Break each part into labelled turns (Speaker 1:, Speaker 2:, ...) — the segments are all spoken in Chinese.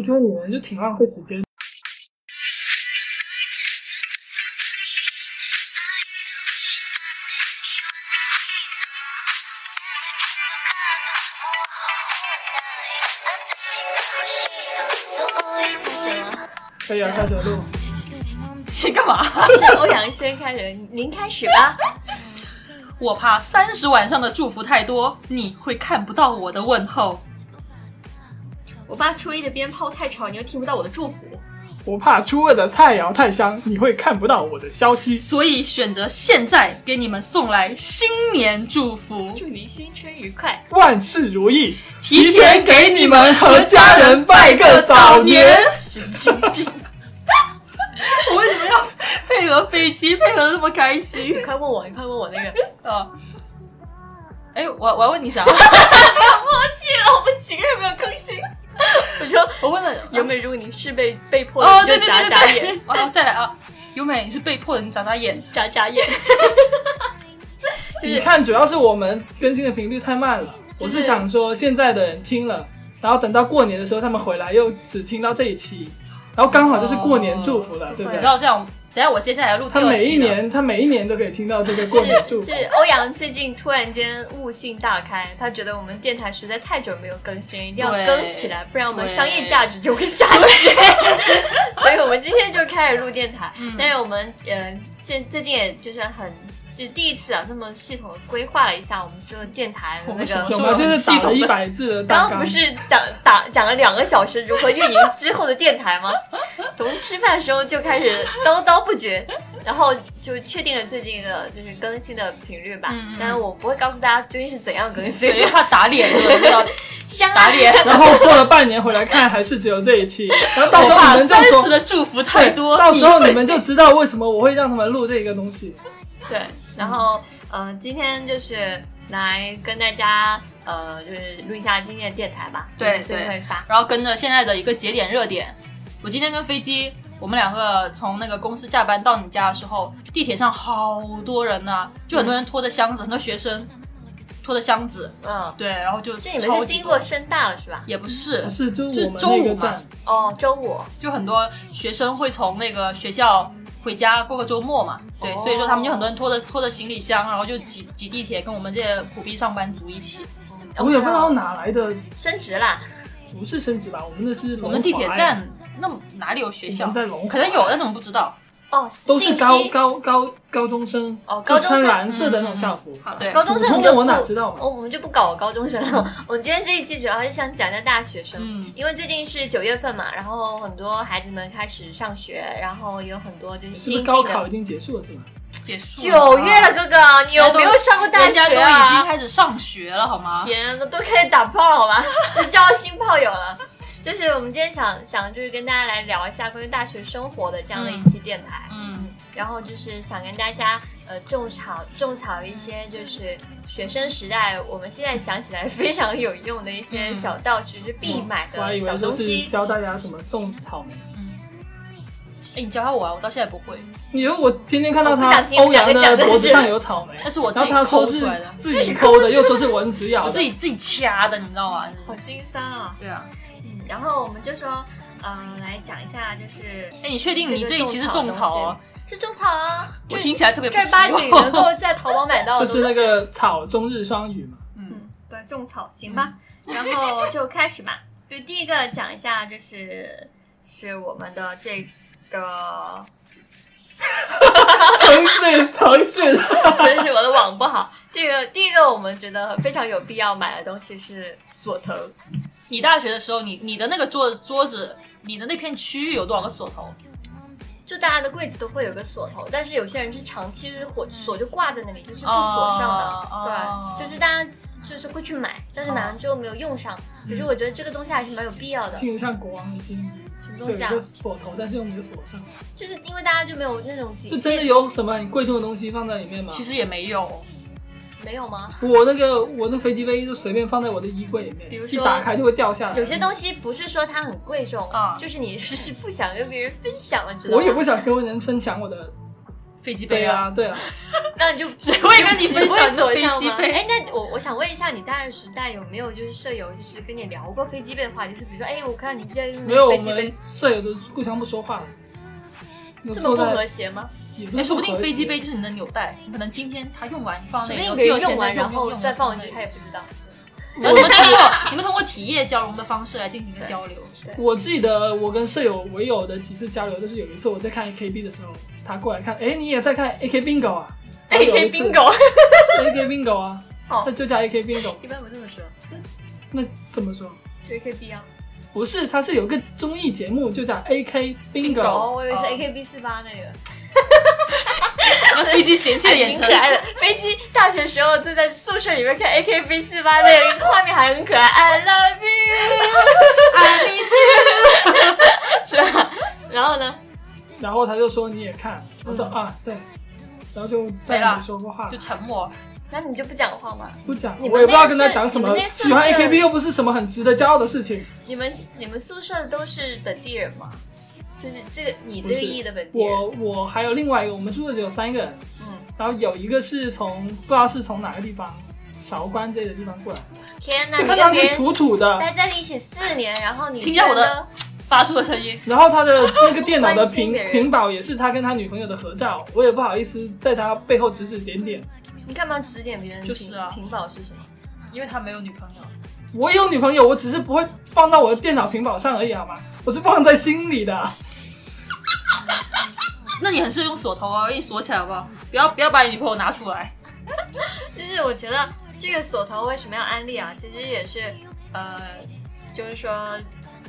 Speaker 1: 我觉得你们就挺浪费时间。可以啊，开始录。
Speaker 2: 你 干嘛？
Speaker 3: 是欧阳先开始，您开始吧。
Speaker 2: 我怕三十晚上的祝福太多，你会看不到我的问候。
Speaker 3: 我怕初一的鞭炮太吵，你又听不到我的祝福。
Speaker 1: 我怕初二的菜肴太香，你会看不到我的消息。
Speaker 2: 所以选择现在给你们送来新年祝福，
Speaker 3: 祝您新春愉快，
Speaker 1: 万事如意，
Speaker 2: 提前给你们和家人拜个早年。神经病！我为什么要配合飞机，配合的那么开心
Speaker 3: 你？快问我，你快问我那个。
Speaker 2: 哦，哎，我我要 问你啥？
Speaker 3: 忘记了我们几个有没有更新？我说
Speaker 2: 我问了
Speaker 3: 有没有？如果你是被被迫
Speaker 2: 哦，
Speaker 3: 的，
Speaker 2: 对
Speaker 3: 你
Speaker 2: 对
Speaker 3: 就眨
Speaker 2: 对
Speaker 3: 眨
Speaker 2: 对对
Speaker 3: 眼，，
Speaker 2: 哦，再来啊！优美，你是被迫的，你眨眨眼。
Speaker 3: 眨眨眼。 就是
Speaker 1: 你看，主要是我们更新的频率太慢了。我
Speaker 3: 就是
Speaker 1: 是想说，现在的人听了，然后等到过年的时候他们回来又只听到这一期，然后刚好就是过年祝福
Speaker 3: 嗯
Speaker 1: 了，对不
Speaker 2: 你
Speaker 1: 对
Speaker 2: 知？道这样，等一下我接下来要录第
Speaker 1: 他
Speaker 2: 二
Speaker 1: 每
Speaker 2: 期
Speaker 1: 一
Speaker 2: 了
Speaker 1: 年，他每一年都可以听到这个过年祝福。
Speaker 3: 是 是欧阳最近突然间悟性大开，他觉得我们电台实在太久没有更新，一定要
Speaker 2: 对
Speaker 3: 更起来，不然我们
Speaker 2: 对
Speaker 3: 商业价值就会下去。 所以我们今天就开始录电台，
Speaker 2: 嗯
Speaker 3: 但是我们呃，现最近也就是很。就第一次啊，这么系统地规划了一下我们这个电台的
Speaker 2: 我
Speaker 3: 那
Speaker 2: 们什么
Speaker 3: 个
Speaker 2: 时
Speaker 1: 有
Speaker 2: 候
Speaker 1: 吗？就是
Speaker 2: 系
Speaker 1: 打了
Speaker 2: 统
Speaker 1: 一
Speaker 2: 的
Speaker 1: 百字的大纲，
Speaker 3: 刚刚不是讲打讲了两个小时如何运营之后的电台吗？ 从吃饭时候就开始叨叨不绝，然后就确定了最近的就是更新的频率吧。
Speaker 2: 嗯嗯
Speaker 3: 但是我不会告诉大家究竟是怎样更新
Speaker 2: 对，，因为怕打脸，对不 对要
Speaker 3: 香
Speaker 2: 打
Speaker 3: 啊！
Speaker 2: 脸。
Speaker 1: 然后过了半年回来看，还是只有这一期。然后到时候
Speaker 2: 哇
Speaker 1: 你们就
Speaker 2: 三十
Speaker 1: 说，
Speaker 2: 的祝福太多，
Speaker 1: 到时候你们就知道为什么我会让他们录这个东西。
Speaker 3: 对，然后嗯、呃今天就是来跟大家呃，就是录一下今天的电台吧。
Speaker 2: 对
Speaker 3: 就是最近
Speaker 2: 对
Speaker 3: 会发。
Speaker 2: 然后跟着现在的一个节点热点，我今天跟飞机，我们两个从那个公司下班到你家的时候，地铁上好多人呐、就很多人拖着箱子，很多学生拖着箱子，
Speaker 3: 嗯，
Speaker 2: 对，然后就是
Speaker 3: 你们
Speaker 2: 超
Speaker 3: 是
Speaker 2: 级
Speaker 3: 经
Speaker 2: 多
Speaker 3: 过深大了是吧？
Speaker 2: 也不是
Speaker 1: 不，是，就
Speaker 2: 就是
Speaker 1: 我们
Speaker 2: 周
Speaker 1: 那个
Speaker 2: 五嘛
Speaker 1: 站，，
Speaker 3: 哦，周五。
Speaker 2: 就很多学生会从那个学校回家过个周末嘛，对，
Speaker 3: 哦
Speaker 2: 所以说他们就很多人拖着拖着行李箱，然后就挤挤地铁，跟我们这些苦逼上班族一起。
Speaker 1: 我也不知道哪来的，
Speaker 3: 升职啦，
Speaker 1: 不是升职吧？我们那是
Speaker 2: 我
Speaker 1: 龙华
Speaker 2: 们地铁
Speaker 1: 呀，
Speaker 2: 站那么哪里有学
Speaker 1: 我
Speaker 2: 校
Speaker 1: 们？在龙华
Speaker 2: 可能有，但是我们不知道。
Speaker 3: 哦，
Speaker 1: 都是
Speaker 3: 信息
Speaker 1: 高高高高中生，
Speaker 3: 哦高
Speaker 1: 就
Speaker 3: 中生
Speaker 1: 穿蓝色的那种校服。
Speaker 2: 对
Speaker 3: 高中生
Speaker 1: 普通
Speaker 3: 我
Speaker 1: 的
Speaker 3: 就不哦
Speaker 1: 我哪知道嗯嘛？
Speaker 3: 我我们就不搞高中生了。 我们今天这一期主要是想讲讲大学生，
Speaker 2: 嗯
Speaker 3: 因为最近是九月份嘛，然后很多孩子们开始上学，然后有很多就
Speaker 1: 是不
Speaker 3: 是新
Speaker 1: 是
Speaker 3: 进
Speaker 1: 高考
Speaker 3: 的。
Speaker 1: 已经结束了是吗？
Speaker 2: 结束
Speaker 3: 九月了，，哥哥，你有没有上过大
Speaker 2: 人家都
Speaker 3: 学
Speaker 2: 已经
Speaker 3: 啊？
Speaker 2: 开始上学了，好吗？
Speaker 3: 天啊呐，都开始打炮了， 就交新炮友了。就是我们今天想想，就是跟大家来聊一下关于大学生活的这样的一期电台。
Speaker 2: 嗯，
Speaker 3: 然后就是想跟大家呃种草种草一些就是学生时代我们现在想起来非常有用的一些
Speaker 2: 嗯
Speaker 3: 小道具，就必买
Speaker 1: 我还
Speaker 3: 的
Speaker 1: 以为
Speaker 3: 小东
Speaker 1: 说是
Speaker 3: 西。
Speaker 1: 教大家什么种草莓。
Speaker 2: 哎，你教教我啊，我到现在不会，
Speaker 1: 你如果天天看到
Speaker 3: 我不
Speaker 1: 他
Speaker 3: 想听
Speaker 1: 欧阳
Speaker 3: 两个讲
Speaker 1: 的
Speaker 3: 的
Speaker 1: 脖子
Speaker 3: 是
Speaker 1: 上有草莓，
Speaker 2: 但是我自
Speaker 1: 然
Speaker 2: 己
Speaker 1: 后他说
Speaker 2: 抠
Speaker 1: 是
Speaker 2: 出来的，
Speaker 1: 自己抠的，又说是蚊子咬
Speaker 2: 我
Speaker 1: 的，
Speaker 2: 自己自己掐的，你知道吗？
Speaker 3: 好心酸啊！
Speaker 2: 对啊，
Speaker 3: 嗯，然后我们就说，嗯、来讲一下，就是
Speaker 2: 哎，你确定你
Speaker 3: 个
Speaker 2: 这一期是种
Speaker 3: 的
Speaker 2: 草哦？
Speaker 3: 东西，是种草啊，
Speaker 2: 我听起来特别不
Speaker 3: 正儿
Speaker 2: 希
Speaker 3: 八经能
Speaker 2: 望。
Speaker 3: 够在淘宝买到
Speaker 1: 就
Speaker 3: 的东
Speaker 1: 是
Speaker 3: 西。
Speaker 1: 那个草中日双语嘛。
Speaker 2: 嗯，
Speaker 3: 嗯，对，种草行吧。 然后就开始吧，就第一个讲一下，就是是我们的这个
Speaker 1: 腾讯，腾讯，
Speaker 3: 真是我的网不好。这个第一个我们觉得非常有必要买的东西是锁头，
Speaker 2: 你大学的时候，你你的那个桌桌子，你的那片区域有多少个锁头？
Speaker 3: 就大家的柜子都会有个锁头，但是有些人是长期就是火锁就挂在那里，就是不锁上的。
Speaker 2: 嗯哦
Speaker 3: 对，就是大家就是会去买，但是买完之后没有用
Speaker 2: 哦
Speaker 3: 上。可是我觉得这个东西还是蛮有必要的。
Speaker 2: 嗯
Speaker 1: 听着像国王的心
Speaker 3: 什么
Speaker 1: 就有
Speaker 3: 东
Speaker 1: 一
Speaker 3: 西啊
Speaker 1: 个？锁头，但是又没有锁上，
Speaker 3: 就是因为大家就没有那种警
Speaker 1: 就
Speaker 3: 戒，
Speaker 1: 真的有什么很贵重的东西放在里
Speaker 3: 啊
Speaker 1: 面吗？
Speaker 2: 其实也没有，
Speaker 3: 没有吗？
Speaker 1: 我那个我那飞机杯就随便放在我的衣柜里面，
Speaker 3: 比如
Speaker 1: 一
Speaker 3: 说
Speaker 1: 打开就会掉下来。
Speaker 3: 有些东西不是说它很贵重，
Speaker 2: 啊
Speaker 3: 就是你是不想跟别人分享了，知道吗？
Speaker 1: 我也不想跟人分享我的
Speaker 2: 飞机
Speaker 1: 对
Speaker 2: 杯啊，
Speaker 1: 啊，对啊，
Speaker 3: 那你 就
Speaker 2: 谁会跟你分享
Speaker 3: 会锁
Speaker 2: 飞
Speaker 3: 上
Speaker 2: 机
Speaker 3: 吗？
Speaker 2: 杯
Speaker 3: 哎，那我我想问一下，你大学时代有没有就是舍友就是跟你聊过飞机杯的话题？就是比如说，哎，我看到你在用
Speaker 1: 没有我
Speaker 3: 飞机
Speaker 1: 们
Speaker 3: 杯，
Speaker 1: 舍友都互相不说话，就
Speaker 3: 这么
Speaker 1: 坐
Speaker 3: 不
Speaker 1: 在
Speaker 3: 和谐吗？
Speaker 1: 也
Speaker 2: 哎，
Speaker 1: 是
Speaker 2: 说不定
Speaker 1: 和
Speaker 2: 飞机
Speaker 1: 谐
Speaker 2: 杯就是你的纽带，你可能今天它用完，你放
Speaker 3: 说
Speaker 2: 那
Speaker 3: 不
Speaker 2: 里，
Speaker 3: 定
Speaker 2: 然
Speaker 3: 别
Speaker 2: 后第二
Speaker 3: 人用完，
Speaker 2: 天再
Speaker 3: 然后
Speaker 2: 用
Speaker 3: 再放回去，
Speaker 2: 用
Speaker 3: 他也不知道。
Speaker 2: 你们通过你们通过体液交融的方式来进行一个交流。
Speaker 1: 我记得我跟舍友我有的几次交流，就是有一次我在看 AKB 的时候，他过来看，哎，你也在看 AK Bingo 啊
Speaker 3: AK 哎 bingo，
Speaker 1: 是 AK Bingo 啊，
Speaker 3: 哦
Speaker 1: 那就叫 AK Bingo，
Speaker 3: 一般不这么说，
Speaker 1: 那怎么说？
Speaker 3: 就 AKB 啊。
Speaker 1: 不是，它是有个综艺节目就叫 AK Bingo，
Speaker 3: 哦，我以为是
Speaker 2: 哦
Speaker 3: AKB 四八那个，
Speaker 2: 那 飞机嫌弃的眼
Speaker 3: 挺
Speaker 2: 神
Speaker 3: 可， 爱的。哎飞机大学时候就在宿舍里面看 AKB 四八那个画面还很可爱，I love you，
Speaker 2: 爱啊你是
Speaker 3: 是吧？然后呢？
Speaker 1: 然后他就说你也看，我
Speaker 3: 嗯
Speaker 1: 说啊对，然后就再
Speaker 2: 没了
Speaker 1: 也没说过话
Speaker 2: 就，沉默。
Speaker 3: 那你就不讲话吗？
Speaker 1: 不讲，
Speaker 3: 你们
Speaker 1: 我也不知道跟
Speaker 3: 那
Speaker 1: 他
Speaker 3: 是
Speaker 1: 讲什
Speaker 3: 你
Speaker 1: 么
Speaker 3: 们那，宿舍
Speaker 1: 喜欢 AKB 又不是什么很值得骄傲的事情。
Speaker 3: 你们你们宿舍都是本地人吗？就是这个你这
Speaker 1: 不
Speaker 3: 个
Speaker 1: 是
Speaker 3: 意义的本地人，
Speaker 1: 我我还有另外一个，我们宿舍只有三个人，
Speaker 3: 嗯，
Speaker 1: 然后有一个是从不知道是从哪个地方，韶关之类的地方过来，
Speaker 3: 天哪，
Speaker 1: 就
Speaker 3: 你
Speaker 1: 看上
Speaker 3: 跟别
Speaker 1: 去
Speaker 3: 人
Speaker 1: 土土的。
Speaker 3: 待在一起四年，然后你
Speaker 2: 听见我的
Speaker 3: 觉得
Speaker 2: 发出的声音，
Speaker 1: 然后他的那个电脑 的
Speaker 3: 关心
Speaker 1: 屏
Speaker 3: 别人
Speaker 1: 屏保也是他跟他女朋友的合照，我也不好意思在他背后指指点点。
Speaker 3: 你干嘛指点别人？
Speaker 2: 就是啊
Speaker 3: 屏保是什么？
Speaker 2: 因为他没有女朋友。
Speaker 1: 我有女朋友，我只是不会放到我的电脑屏保上而已，好吗？我是放在心里的。
Speaker 2: 那你很适合用锁头啊，给你锁起来好不好？不要不要把你女朋友拿出来。
Speaker 3: 就是我觉得这个锁头为什么要安利啊？其实也是，呃，就是说。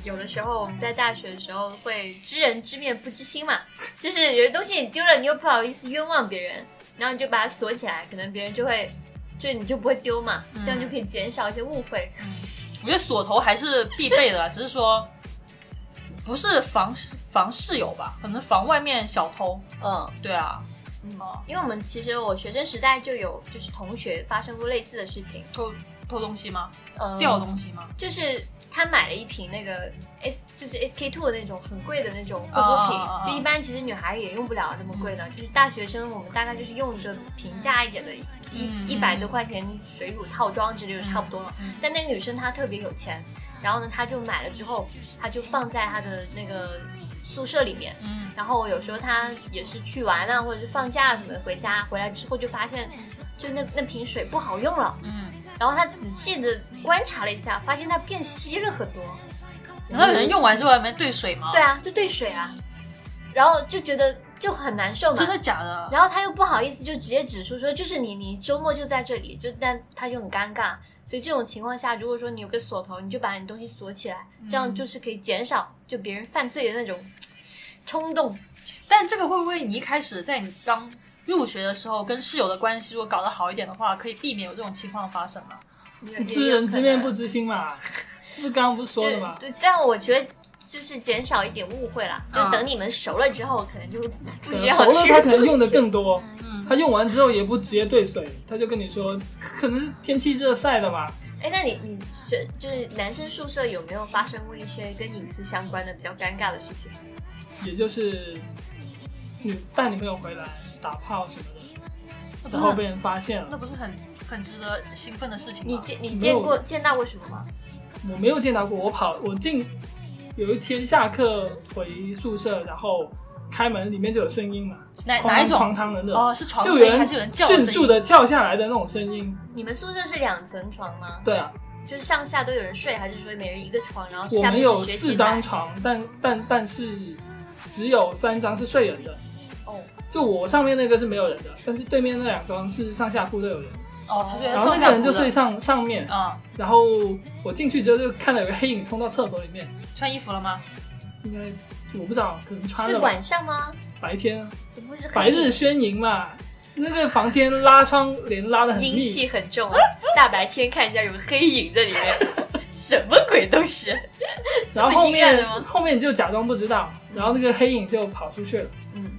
Speaker 3: 有的时候我们在大学的时候会知人知面不知心嘛，就是有些东西你丢了，你又不好意思冤枉别人，然后你就把它锁起来，可能别人就会，就你就不会丢嘛，这样就可以减少一些误会。
Speaker 2: 我觉得锁头还是必备的，啊 只是说不是防防室友吧，可能防外面小偷。
Speaker 3: 嗯，
Speaker 2: 对啊，
Speaker 3: 嗯
Speaker 2: 哦，
Speaker 3: 因为我们其实我学生时代就有就是同学发生过类似的事情，
Speaker 2: 偷偷东西吗？
Speaker 3: 呃，
Speaker 2: 掉东西吗？
Speaker 3: 就是他买了一瓶那个 S 就是 SK two 的那种很贵的那种护肤品，
Speaker 2: 啊啊啊啊
Speaker 3: 就一般其实女孩也用不了那么贵的，就是大学生我们大概就是用一个平价一点的，
Speaker 2: 嗯
Speaker 3: 一一百多块钱水乳套装之类就差不多了。
Speaker 2: 嗯嗯
Speaker 3: 但那个女生她特别有钱，然后呢，她就买了之后，她就放在她的那个宿舍里面。
Speaker 2: 嗯，
Speaker 3: 然后有时候他也是去玩啊，或者是放假什么的回家，回来之后就发现，就那那瓶水不好用了。
Speaker 2: 嗯，
Speaker 3: 然后他仔细的观察了一下，发现它变稀了很多。
Speaker 2: 难道有人用完之后还没兑水吗？
Speaker 3: 对，啊，就兑水啊，然后就觉得就很难受嘛。
Speaker 2: 真的假的？
Speaker 3: 然后他又不好意思，就直接指出说，就是你，你周末就在这里，就但他就很尴尬。所以这种情况下，如果说你有个锁头，你就把你东西锁起来，
Speaker 1: 嗯
Speaker 3: 这样就是可以减少就别人犯罪的那种冲动。
Speaker 2: 但这个会不会你一开始在你刚入学的时候跟室友的关系如果搞得好一点的话，可以避免有这种情况的发生啊？
Speaker 3: 也
Speaker 1: 知
Speaker 3: 也有
Speaker 1: 人
Speaker 3: 可
Speaker 1: 知面
Speaker 3: 能
Speaker 1: 不知心嘛，不是刚刚不是说了吗？
Speaker 3: 对，对但我觉得。就是减少一点误会啦，就
Speaker 2: 嗯
Speaker 3: 等你们熟了之后，可能就不需
Speaker 1: 对
Speaker 3: 要
Speaker 1: 呃熟了
Speaker 3: 去
Speaker 1: 他可能用的更多，
Speaker 2: 嗯
Speaker 1: 他用完之后也不直接兑水，他就跟你说，可能是天气热晒的嘛，
Speaker 3: 哎，那你你学就是男生宿舍有没有发生过一些跟隐私相关的比较尴尬的事情？
Speaker 1: 也就是女带女朋友回来打炮什么的，
Speaker 2: 那不
Speaker 1: 然
Speaker 2: 是
Speaker 1: 后
Speaker 2: 很
Speaker 1: 被人发现了。
Speaker 2: 那不是很很值得兴奋的事情
Speaker 3: 你
Speaker 2: 吗？
Speaker 3: 见你
Speaker 1: 没有
Speaker 3: 见过见到过什么吗？
Speaker 1: 我没有见到过，我跑我进有一天下课回宿舍，然后开门里面就有声音嘛，
Speaker 2: 哪
Speaker 1: 哐
Speaker 2: 哎哪一
Speaker 1: 当
Speaker 2: 种
Speaker 1: 哐？当的那种，
Speaker 2: 哦，是床
Speaker 1: 就
Speaker 2: 声
Speaker 1: 有
Speaker 2: 音还
Speaker 1: 人
Speaker 2: 是有人叫的
Speaker 1: 迅
Speaker 2: 声
Speaker 1: 速
Speaker 2: 音？
Speaker 1: 的跳下来的那种声音。
Speaker 3: 你们宿舍是两层床吗？
Speaker 1: 对啊，
Speaker 3: 就是上下都有人睡，还是说每人一个床，然后
Speaker 1: 我
Speaker 3: 下
Speaker 1: 们
Speaker 3: 面
Speaker 1: 有
Speaker 3: 是学
Speaker 1: 四
Speaker 3: 习
Speaker 1: 张
Speaker 3: 班？
Speaker 1: 床，但但但是只有三张是睡人的。
Speaker 3: 哦，
Speaker 1: 就我上面那个是没有人的，但是对面那两张是上下铺都有人，
Speaker 2: 哦，他觉得
Speaker 1: 然后
Speaker 2: 上
Speaker 1: 那个人
Speaker 2: 下
Speaker 1: 就
Speaker 2: 铺的
Speaker 1: 睡上上面，
Speaker 2: 嗯，
Speaker 1: 然后我进去之后就看到有个黑影冲到厕所里面，
Speaker 2: 穿衣服了吗？
Speaker 1: 应该我不知道，可能穿
Speaker 3: 是
Speaker 1: 了吧，
Speaker 3: 晚上吗？
Speaker 1: 白天啊
Speaker 3: 怎么会是黑
Speaker 1: 白日
Speaker 3: 夜
Speaker 1: 宣淫嘛，那个房间拉窗帘拉的很
Speaker 3: 阴
Speaker 1: 密，
Speaker 3: 气很重啊？大白天看一下有个黑影在里面， 什么鬼东西？
Speaker 1: 然后
Speaker 3: 这么
Speaker 1: 后
Speaker 3: 阴暗的
Speaker 1: 面
Speaker 3: 吗
Speaker 1: 后面就假装不知道，然后那个黑影就跑出去了，
Speaker 3: 嗯，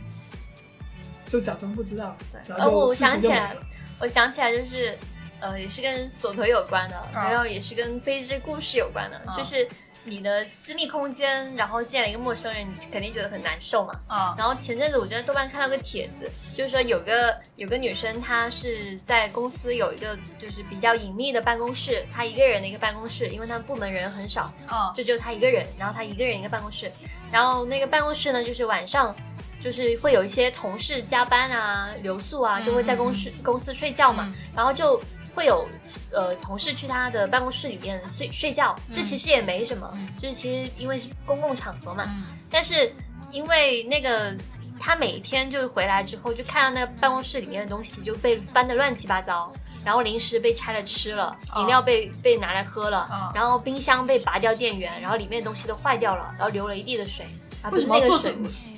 Speaker 1: 就假装不知道，然
Speaker 3: 哦，
Speaker 1: 后
Speaker 3: 我
Speaker 1: 就事
Speaker 3: 想
Speaker 1: 情
Speaker 3: 起
Speaker 1: 就没
Speaker 3: 来了
Speaker 1: 了。，
Speaker 3: 我想起来就是，呃，也是跟锁头有关的，然后也是跟飞机故事有关的，
Speaker 2: 啊
Speaker 3: 就是你的私密空间，然后见了一个陌生人，你肯定觉得很难受嘛。
Speaker 2: 啊
Speaker 3: 然后前阵子我就在豆瓣看到个帖子，就是说有个有个女生，她是在公司有一个就是比较隐秘的办公室，她一个人的一个办公室，因为她们部门人很少，
Speaker 2: 啊
Speaker 3: 就只有她一个人，然后她一个人一个办公室，然后那个办公室呢，就是晚上就是会有一些同事加班啊、留宿啊，就会在公司、公司睡觉嘛，
Speaker 2: 嗯
Speaker 3: 然后就会有呃同事去她的办公室里面睡睡觉，这
Speaker 2: 嗯
Speaker 3: 其实也没什么，
Speaker 2: 嗯
Speaker 3: 就是其实因为是公共场合嘛，
Speaker 2: 嗯
Speaker 3: 但是因为那个他每一天就是回来之后，就看到那个办公室里面的东西就被翻得乱七八糟，然后零食被拆了吃了，
Speaker 2: 哦
Speaker 3: 饮料被、被拿来喝了，
Speaker 2: 哦
Speaker 3: 然后冰箱被拔掉电源，然后里面的东西都坏掉了，然后流了一地的水。啊，不
Speaker 2: 为
Speaker 3: 是
Speaker 2: 什么
Speaker 3: 那
Speaker 2: 要
Speaker 3: 个
Speaker 2: 做
Speaker 3: 水
Speaker 2: 嘴，？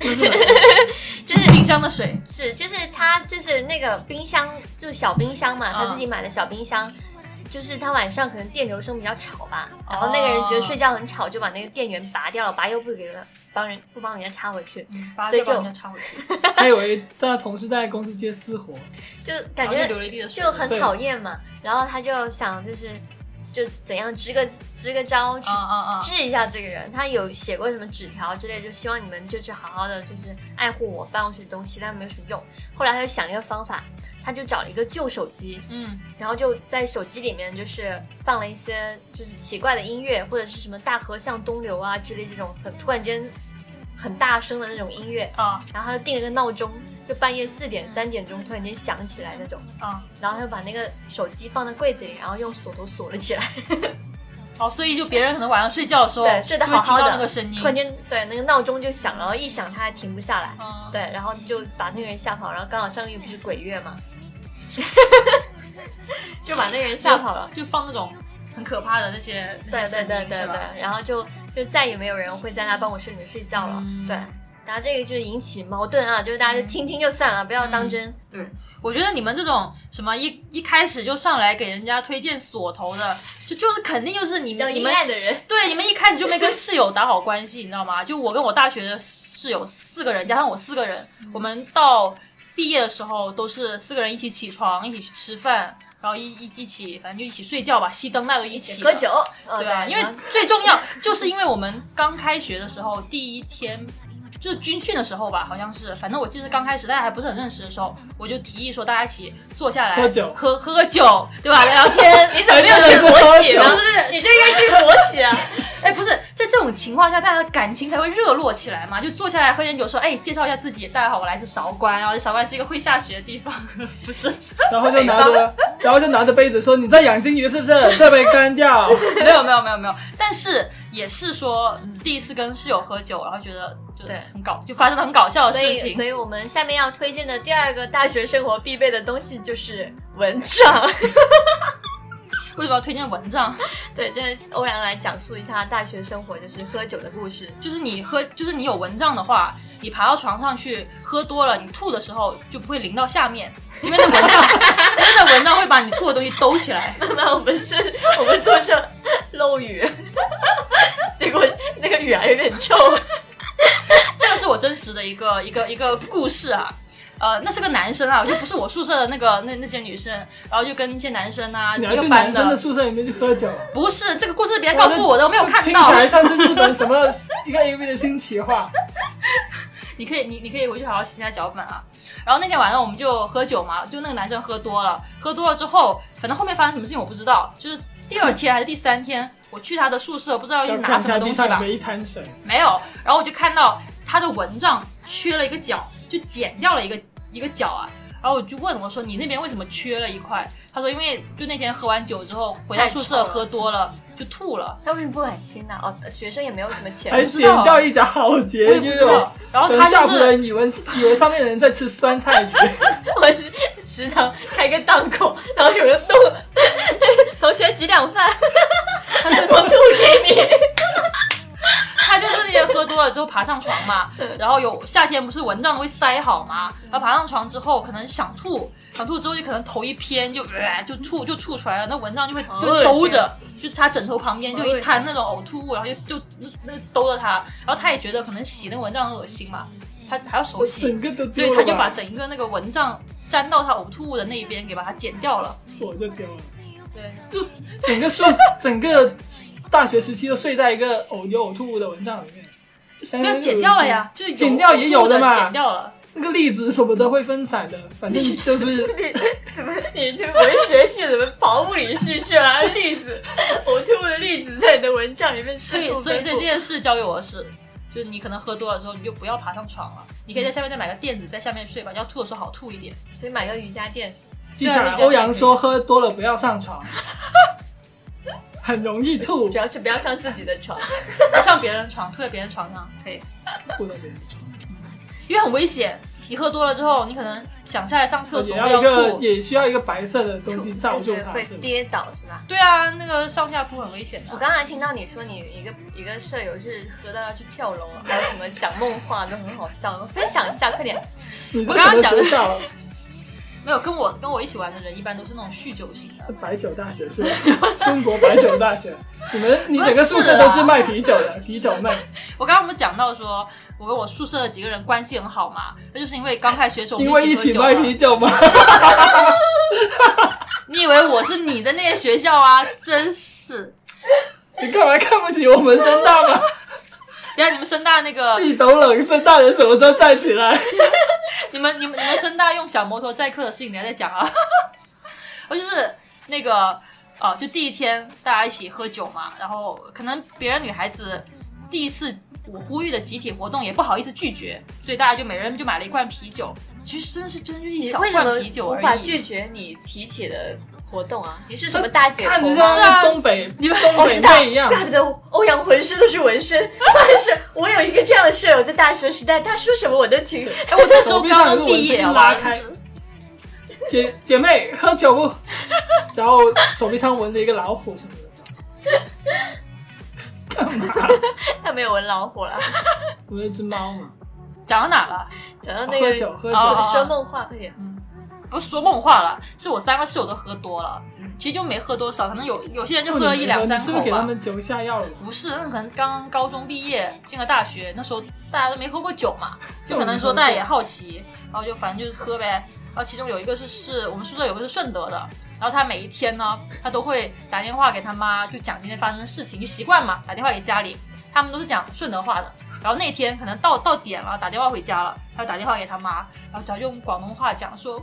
Speaker 2: 就是就是冰箱的水，
Speaker 3: 是就是他就是那个冰箱，就是小冰箱嘛，他
Speaker 2: 嗯
Speaker 3: 自己买的小冰箱。就是他晚上可能电流声比较吵吧，
Speaker 2: 哦
Speaker 3: 然后那个人觉得睡觉很吵，就把那个电源拔掉了，拔又不给人帮人不帮人家插回去，
Speaker 2: 嗯把
Speaker 3: 所以
Speaker 2: 再把
Speaker 3: 就
Speaker 2: 人家插回去，
Speaker 1: 还以为他的同事在公司接私活，
Speaker 3: 就
Speaker 2: 然
Speaker 3: 感
Speaker 2: 后
Speaker 3: 觉
Speaker 2: 就流了一地的水，
Speaker 3: 就很讨厌嘛。然后他就想就是就怎样支个支个招去
Speaker 2: 啊啊啊！
Speaker 3: 治一下这个人。他有写过什么纸条之类，就希望你们就是好好的就是爱护我办公室的东西，但没有什么用。后来他就想一个方法，他就找了一个旧手机，
Speaker 2: 嗯
Speaker 3: 然后就在手机里面就是放了一些就是奇怪的音乐，或者是什么大河向东流啊之类这种很突然间很大声的那种音乐。
Speaker 2: 啊
Speaker 3: 然后他就定了个闹钟，就半夜四点、三点钟突然间响起来那种。
Speaker 2: 啊！
Speaker 3: 然后他就把那个手机放在柜子里，然后用锁头锁了起来。
Speaker 2: 哦，所以就别人可能晚上睡觉的时候，
Speaker 3: 对，睡得好好
Speaker 2: 哦就会听
Speaker 3: 的，
Speaker 2: 到那个声音
Speaker 3: 突，然间对那个闹钟就响，然后一响他还停不下来，
Speaker 2: 嗯，
Speaker 3: 对，然后就把那个人吓跑，然后刚好上个月不是鬼月嘛， 就把那个人吓跑了。
Speaker 2: 就放那种很可怕的那些那
Speaker 3: 对
Speaker 2: 些
Speaker 3: 对对
Speaker 2: 声音
Speaker 3: 对
Speaker 2: 是吧
Speaker 3: 对，然后就就再也没有人会在他办公室里面睡觉了，
Speaker 2: 嗯
Speaker 3: 对。然后这个就是引起矛盾啊，就是大家就听听就算了，不要当真。
Speaker 2: 我觉得你们这种什么一一开始就上来给人家推荐锁头的，就就是肯定就是你
Speaker 3: 比较
Speaker 2: 们你
Speaker 3: 阴
Speaker 2: 们
Speaker 3: 暗的人，
Speaker 2: 对你们一开始就没跟室友打好关系，你知道吗？就我跟我大学的室友四个人，加上我四个人，
Speaker 3: 嗯
Speaker 2: 我们到毕业的时候都是四个人一起起床，一起去吃饭，然后一一一起反正就一起睡觉吧，熄灯那都一起
Speaker 3: 喝
Speaker 2: 了
Speaker 3: 酒，嗯
Speaker 2: 对啊，因为
Speaker 3: 然后
Speaker 2: 最重要就是因为我们刚开学的时候，第一天就是军训的时候吧，好像是，反正我记得是刚开始大家还不是很认识的时候，我就提议说大家一起坐下来
Speaker 1: 喝酒
Speaker 2: 喝喝个酒，对吧？聊聊天。
Speaker 3: 你怎么没有去国企呢？
Speaker 1: 哎这个是喝酒
Speaker 3: 不是，你这应该去国企啊！
Speaker 2: 哎，不是，在这种情况下，大家的感情才会热络起来嘛。就坐下来喝点酒，说，哎，介绍一下自己，大家好，我来自韶关，然后韶关是一个会下雪的地方， 不是？
Speaker 1: 然后就拿着，然后就拿着杯子说：“你在养金鱼是不是？这杯干掉。
Speaker 2: 没有没有没有没有，但是也是说第一次跟室友喝酒，然后觉得就
Speaker 3: 对
Speaker 2: 很搞，就发生了很搞笑的
Speaker 3: 所
Speaker 2: 事
Speaker 3: 以，
Speaker 2: 情
Speaker 3: 所。以我们下面要推荐的第二个大学生活必备的东西就是蚊帐。
Speaker 2: 为什么要推荐蚊帐？
Speaker 3: 对，这是欧阳来讲述一下大学生活就是喝酒的故事。
Speaker 2: 就是你喝，就是你有蚊帐的话，你爬到床上去喝多了，你吐的时候就不会淋到下面，因为那 蚊帐，因为那蚊帐会把你吐的东西兜起来。
Speaker 3: 慢慢我们是，我们宿舍漏雨， 结果那个雨还有点臭。
Speaker 2: 这个是我真实的一个一个一个故事啊。呃，那是个男生啊，就不是我宿舍的那个那那些女生，然后就跟一些男生啊，”
Speaker 1: 你
Speaker 2: 一
Speaker 1: 还
Speaker 2: 个
Speaker 1: 去
Speaker 2: 班
Speaker 1: 男生的宿舍里面去喝酒？
Speaker 2: 不是这个故事，别告诉我的，我没有看
Speaker 1: 听
Speaker 2: 到
Speaker 1: 起。来像是日本什么一个 AV 的新奇话。
Speaker 2: 你可以，你你可以回去好好写下脚本啊。然后那天晚上我们就喝酒嘛，就那个男生喝多了，喝多了之后，反正后面发生什么事情我不知道，就是第二天还是第三天，我去他的宿舍，不知道去
Speaker 1: 要
Speaker 2: 拿
Speaker 1: 看
Speaker 2: 什
Speaker 1: 下
Speaker 2: 么
Speaker 1: 地
Speaker 2: 东西
Speaker 1: 上
Speaker 2: 吧
Speaker 1: 有，没有一滩水，
Speaker 2: 没有。然后我就看到他的蚊帐缺了一个角，就剪掉了一个一个角啊。然后我就问我说：“你那边为什么缺了一块？”他说：“因为就那天喝完酒之后回到
Speaker 3: 太
Speaker 2: 宿
Speaker 3: 臭
Speaker 2: 舍
Speaker 3: 了
Speaker 2: 喝多了就吐了，
Speaker 3: 他为什么不买新的？哦，学生也没有什么钱。
Speaker 1: 还剪掉一角，好
Speaker 2: 我
Speaker 1: 节
Speaker 2: 也不
Speaker 1: 约
Speaker 2: 知
Speaker 1: 哦
Speaker 2: 道。。”然后
Speaker 1: 可
Speaker 2: 他
Speaker 1: 能下
Speaker 2: 就
Speaker 1: 铺
Speaker 2: 是
Speaker 1: 的人以为以为上面的人在吃酸菜 鱼，
Speaker 3: 我是食堂开个档口，然后有人弄，同学几两 饭，我吐给你。
Speaker 2: 他就是也喝多了之后爬上床 嘛，然后有夏天不是蚊帐都会塞好嘛，
Speaker 1: 嗯
Speaker 2: 然后爬上床之后可能想吐，想吐之后就可能头一偏就、呃、就吐就吐出来了，那蚊帐就会
Speaker 3: 好
Speaker 2: 就
Speaker 3: 恶
Speaker 2: 会
Speaker 3: 心
Speaker 2: 兜着，
Speaker 1: 哦
Speaker 2: 就他枕头旁边就
Speaker 3: 好恶
Speaker 2: 一
Speaker 3: 心
Speaker 2: 滩那种呕吐物，然后就就那个兜着他，然后他也觉得可能洗那个蚊帐很恶心嘛，他还要手洗，
Speaker 1: 整个都
Speaker 2: 所以
Speaker 1: 丢
Speaker 2: 他
Speaker 1: 了
Speaker 2: 就把
Speaker 1: 吧，
Speaker 2: 整个那个蚊帐粘到他呕吐物的那一边给把它剪掉了。
Speaker 1: 锁就丢了，
Speaker 3: 对，
Speaker 1: 就整个宿整个大学时期就睡在一个呕有呕吐物的蚊帐里面，想想就
Speaker 2: 就减掉了呀，就是有
Speaker 1: 减掉也有的嘛
Speaker 2: 减掉了。
Speaker 1: 恶心。那个粒子什么的会分散的，反正 就是
Speaker 2: 啊
Speaker 3: 你这文学系怎么跑物理系去了？粒子，呕吐物的粒 子在你的蚊帐里面
Speaker 2: 所以，
Speaker 3: 吃，
Speaker 2: 所以这件事教给我的是，就是你可能喝多了之后，你就不要爬上床了，你可以在下面再买个垫子，在下面睡吧。要吐的时候好吐一点。
Speaker 3: 所以买个瑜伽垫，
Speaker 1: 记下
Speaker 2: 啊
Speaker 1: 来。欧阳说喝多了不要上床，很容易吐
Speaker 3: 主，要是不要上自己的床。
Speaker 2: 上别人的床，吐在别人床上可以，
Speaker 1: 吐到别人的床上。
Speaker 2: 因为很危险。你喝多了之后，你可能想下来上厕所
Speaker 1: 也
Speaker 2: 或者
Speaker 1: 要一个
Speaker 2: 吐。
Speaker 1: 也需要一个白色的东西罩住
Speaker 3: 就是
Speaker 1: 它，
Speaker 3: 会
Speaker 1: 是吧
Speaker 3: 跌倒是吧？
Speaker 2: 对啊，那个上下铺很危险的
Speaker 3: 我。刚才听到你说你一个一个舍友是喝到要去跳楼了，还有什么讲梦话都很好笑，分享一下快点。
Speaker 1: 你这
Speaker 2: 我刚
Speaker 1: 什
Speaker 2: 刚
Speaker 1: 么
Speaker 2: 讲的
Speaker 1: 学校？啊
Speaker 2: 没有跟我跟我一起玩的人，一般都是那种酗酒型的。
Speaker 1: 白酒大学是吧？ 中国白酒大学，你们你整个宿
Speaker 2: 是
Speaker 1: 舍
Speaker 2: 啊
Speaker 1: 都是卖啤酒的，啤酒 妹。
Speaker 2: 我刚刚我们讲到说，我跟我宿舍的几个人关系很好嘛，那就是因为刚开学的时候我
Speaker 1: 因
Speaker 2: 们
Speaker 1: 为一
Speaker 2: 起
Speaker 1: 起
Speaker 2: 喝
Speaker 1: 卖啤
Speaker 2: 酒嘛。
Speaker 1: 酒 吗？
Speaker 2: 你以为我是你的那个学校啊？真是，
Speaker 1: 你干嘛看不起我们深大 吗？
Speaker 2: 不要你们深大那个
Speaker 1: 自，己懂冷，深大人什么时候站起来？
Speaker 2: 你们你们你们深大用小摩托载客的事情，等一下再讲啊。 我就是那个呃，就第一天大家一起喝酒嘛，然后可能别人女孩子第一次我呼吁的集体活动也不好意思拒绝，所以大家就每人就买了一罐啤酒。其实真的是真就是一
Speaker 3: 你
Speaker 2: 小
Speaker 3: 为什么
Speaker 2: 罐啤酒
Speaker 3: 无
Speaker 2: 而
Speaker 3: 法
Speaker 2: 已。
Speaker 3: 拒绝你提起的活动啊？你是什么大姐
Speaker 1: 看
Speaker 3: 头
Speaker 1: 着像
Speaker 3: 吗？
Speaker 2: 是啊
Speaker 1: 那东北
Speaker 2: 你们
Speaker 1: 东
Speaker 3: 我
Speaker 1: 北
Speaker 3: 知道
Speaker 1: 妹一，样。
Speaker 3: 怪不得欧阳浑身都是纹身。但是我有一个这样的舍友，在大学时代，他说什么我都听。
Speaker 2: 哎，我那时候
Speaker 1: 手臂上
Speaker 2: 刚
Speaker 1: 有个
Speaker 2: 刚
Speaker 1: 纹身
Speaker 2: 毕业，
Speaker 1: 一
Speaker 2: 好吧
Speaker 1: 拉开，姐姐妹喝酒不？然后手臂上纹着一个老虎什么的。干嘛？
Speaker 3: 他没有纹老 虎了。
Speaker 1: 纹一只猫嘛。
Speaker 2: 讲到哪了？
Speaker 3: 讲到那
Speaker 1: 喝
Speaker 3: 个
Speaker 1: 酒喝
Speaker 2: 哦哦
Speaker 1: 酒，
Speaker 3: 说梦话，快点。
Speaker 2: 不是说梦话了，是我三个室友都喝多了，其实就没喝多少，可能有有些人就喝了一两
Speaker 1: 你
Speaker 2: 三
Speaker 1: 是
Speaker 2: 口
Speaker 1: 不是给他
Speaker 2: 吧。
Speaker 1: 们酒下药了嘛？
Speaker 2: 不是，那可能刚高中毕业，进了大学，那时候大家都没喝过酒嘛，就可能说大家也好奇，然后就反正就是喝呗。然后其中有一个是是我们宿舍有个是顺德的，然后他每一天呢，他都会打电话给他妈，就讲今天发生的事情，就习惯嘛，打电话给家里，他们都是讲顺德话的。然后那天可能到到点了，打电话回家了，他就打电话给他妈，然后只要用广东话讲说：“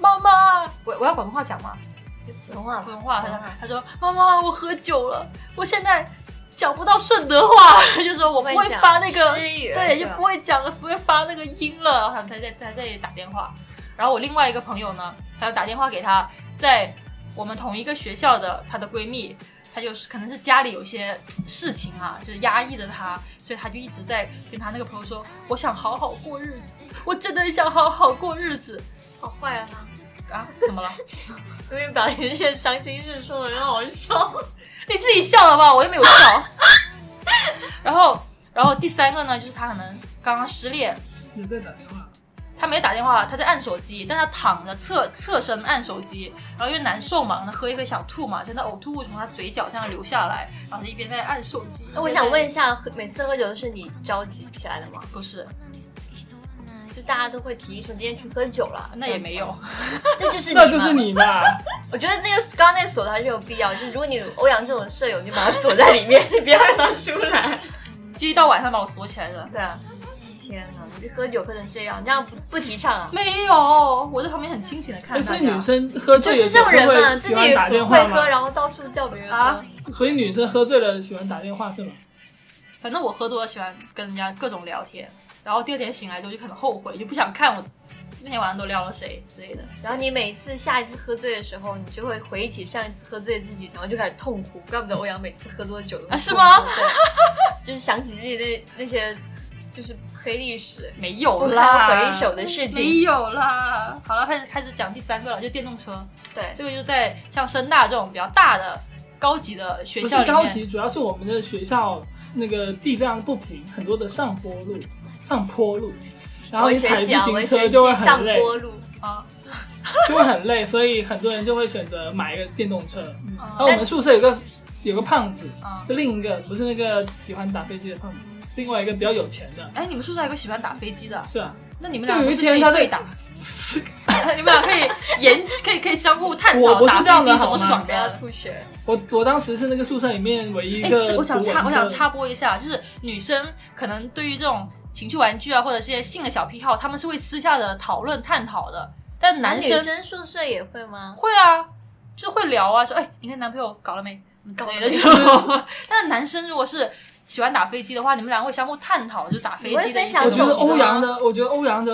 Speaker 2: 妈妈，我我要广东话讲吗？
Speaker 3: 普通话
Speaker 2: 普，通啊话，他说
Speaker 3: 普通话
Speaker 2: 他说妈妈，我喝酒了，我现在讲不到顺德话， 就说我不会发那个，
Speaker 3: 诗语，
Speaker 2: 对，
Speaker 3: 是
Speaker 2: 就
Speaker 3: 吧
Speaker 2: 不会讲了，不会发那个音了，然后他们才在才在这里打电话。然后我另外一个朋友呢，他就打电话给他在我们同一个学校的她的闺蜜，她就是可能是家里有一些事情啊，就是压抑着她，所以她就一直在跟她那个朋友说，我想好好过日子，我真的想好好过日子
Speaker 3: 好坏啊！
Speaker 2: 啊，怎么了？
Speaker 3: 因为把一些伤心事说的很好笑。
Speaker 2: 你自己笑了吧，我又没有笑。 然后，然后第三个呢，就是他可能刚刚失恋，
Speaker 1: 你在打电话？
Speaker 2: 他没打电话，他在按手机，但他躺着侧侧身按手机，然后因为难受嘛，可能喝一喝想吐嘛，就那呕吐物从他嘴角这样流下来，然后他一边在按手机。
Speaker 3: 那我想问一下，喝每次喝酒都是你着急起来的吗？
Speaker 2: 不是，
Speaker 3: 就大家都会提议说今天去喝酒了，
Speaker 2: 那也没有，
Speaker 3: 那就是
Speaker 1: 那就是
Speaker 3: 嘛。
Speaker 1: 你嘛。
Speaker 3: 我觉得那个刚刚那个锁的还是有必要，就如果你有欧阳这种舍友，你把他锁在里面， 你不要让他出来。
Speaker 2: 就一到晚上把我锁起来的。
Speaker 3: 对啊，天哪，你这喝酒喝成这样，这样不不提倡啊？
Speaker 2: 没有，我在旁边很清醒的看
Speaker 1: 哎
Speaker 2: 着大
Speaker 1: 所
Speaker 2: 家。
Speaker 1: 以女生喝
Speaker 3: 就
Speaker 1: 醉
Speaker 3: 是
Speaker 1: 了
Speaker 3: 这种人嘛，
Speaker 1: 会
Speaker 3: 自
Speaker 1: 喜
Speaker 3: 己
Speaker 1: 欢打
Speaker 3: 很
Speaker 1: 电
Speaker 3: 会
Speaker 1: 话
Speaker 3: 喝，
Speaker 1: 嘛。
Speaker 3: 然后到处叫别人喝
Speaker 2: 啊
Speaker 1: 所以女生喝醉了喜欢打电话是吗？
Speaker 2: 反正我喝多了喜欢跟人家各种聊天，然后第二天醒来之后就很后悔，就不想看我那天晚上都撩了谁之类的。
Speaker 3: 然后你每一次下一次喝醉的时候，你就会回忆起上一次喝醉自己，然后就开始痛哭。怪不得欧阳每次喝多酒都、
Speaker 2: 啊是吗？
Speaker 3: 对就是想起自己那那些就是黑历史，
Speaker 2: 没有
Speaker 3: 不
Speaker 2: 啦，
Speaker 3: 堪回首的事情
Speaker 2: 没有啦。好了，开始开始讲第三个了，就电动车。
Speaker 3: 对，
Speaker 2: 这个就在像深大这种比较大的、高级的学
Speaker 1: 不
Speaker 2: 校
Speaker 1: 是
Speaker 2: 里面，
Speaker 1: 高级，主要是我们的学校那个地非常不平，很多的上坡路、上坡路，然后你
Speaker 3: 文
Speaker 1: 踩
Speaker 3: 学
Speaker 1: 自
Speaker 3: 系啊，
Speaker 1: 行
Speaker 3: 文
Speaker 1: 车
Speaker 3: 学
Speaker 1: 就会
Speaker 3: 系
Speaker 1: 很
Speaker 3: 上
Speaker 1: 累，
Speaker 3: 坡路，
Speaker 2: 啊。
Speaker 1: 就会很累，所以很多人就会选择买一个电动车。
Speaker 3: 嗯
Speaker 1: 然后我
Speaker 2: 啊
Speaker 1: 们宿舍有个有个胖子，
Speaker 2: 啊！
Speaker 1: 就另一个不是那个喜欢打飞机的胖子，另外一个比较有钱的，
Speaker 2: 哎，你们宿舍还有个喜欢打飞机的，
Speaker 1: 是啊，
Speaker 2: 那你们俩
Speaker 1: 就有一
Speaker 2: 不是可以
Speaker 1: 天他在
Speaker 2: 对打，
Speaker 1: 是
Speaker 2: 你们俩可以研， 可以可以相互探讨，
Speaker 1: 我我是
Speaker 2: 打
Speaker 1: 这样的
Speaker 2: 飞机怎
Speaker 1: 好
Speaker 2: 么
Speaker 1: 吗
Speaker 2: 爽
Speaker 3: 不要
Speaker 2: 的。
Speaker 3: 吐血。
Speaker 1: 我我当时是那个宿舍里面唯一一
Speaker 2: 哎，
Speaker 1: 个
Speaker 2: 这我想
Speaker 1: 读文
Speaker 2: 插，我想
Speaker 1: 科
Speaker 2: 插播一下，就是女生可能对于这种情趣玩具啊，或者是一些性的小癖好，他们是会私下的讨论探讨的，但男
Speaker 3: 那
Speaker 2: 生
Speaker 3: 女生宿舍也会吗？
Speaker 2: 会啊，就会聊啊，说哎，你跟男朋友搞了没？嗯之
Speaker 3: 搞了
Speaker 2: 类
Speaker 3: 没
Speaker 2: 的这种。 但是男生如果是喜欢打飞机的话，你们俩会相互探讨，就打飞
Speaker 3: 你会
Speaker 2: 机的一
Speaker 3: 分
Speaker 2: 些
Speaker 3: 享
Speaker 1: 我
Speaker 2: 东
Speaker 1: 觉
Speaker 2: 西
Speaker 1: 得
Speaker 3: 这种
Speaker 1: 欧
Speaker 3: 吗
Speaker 1: 阳的，我觉得欧阳的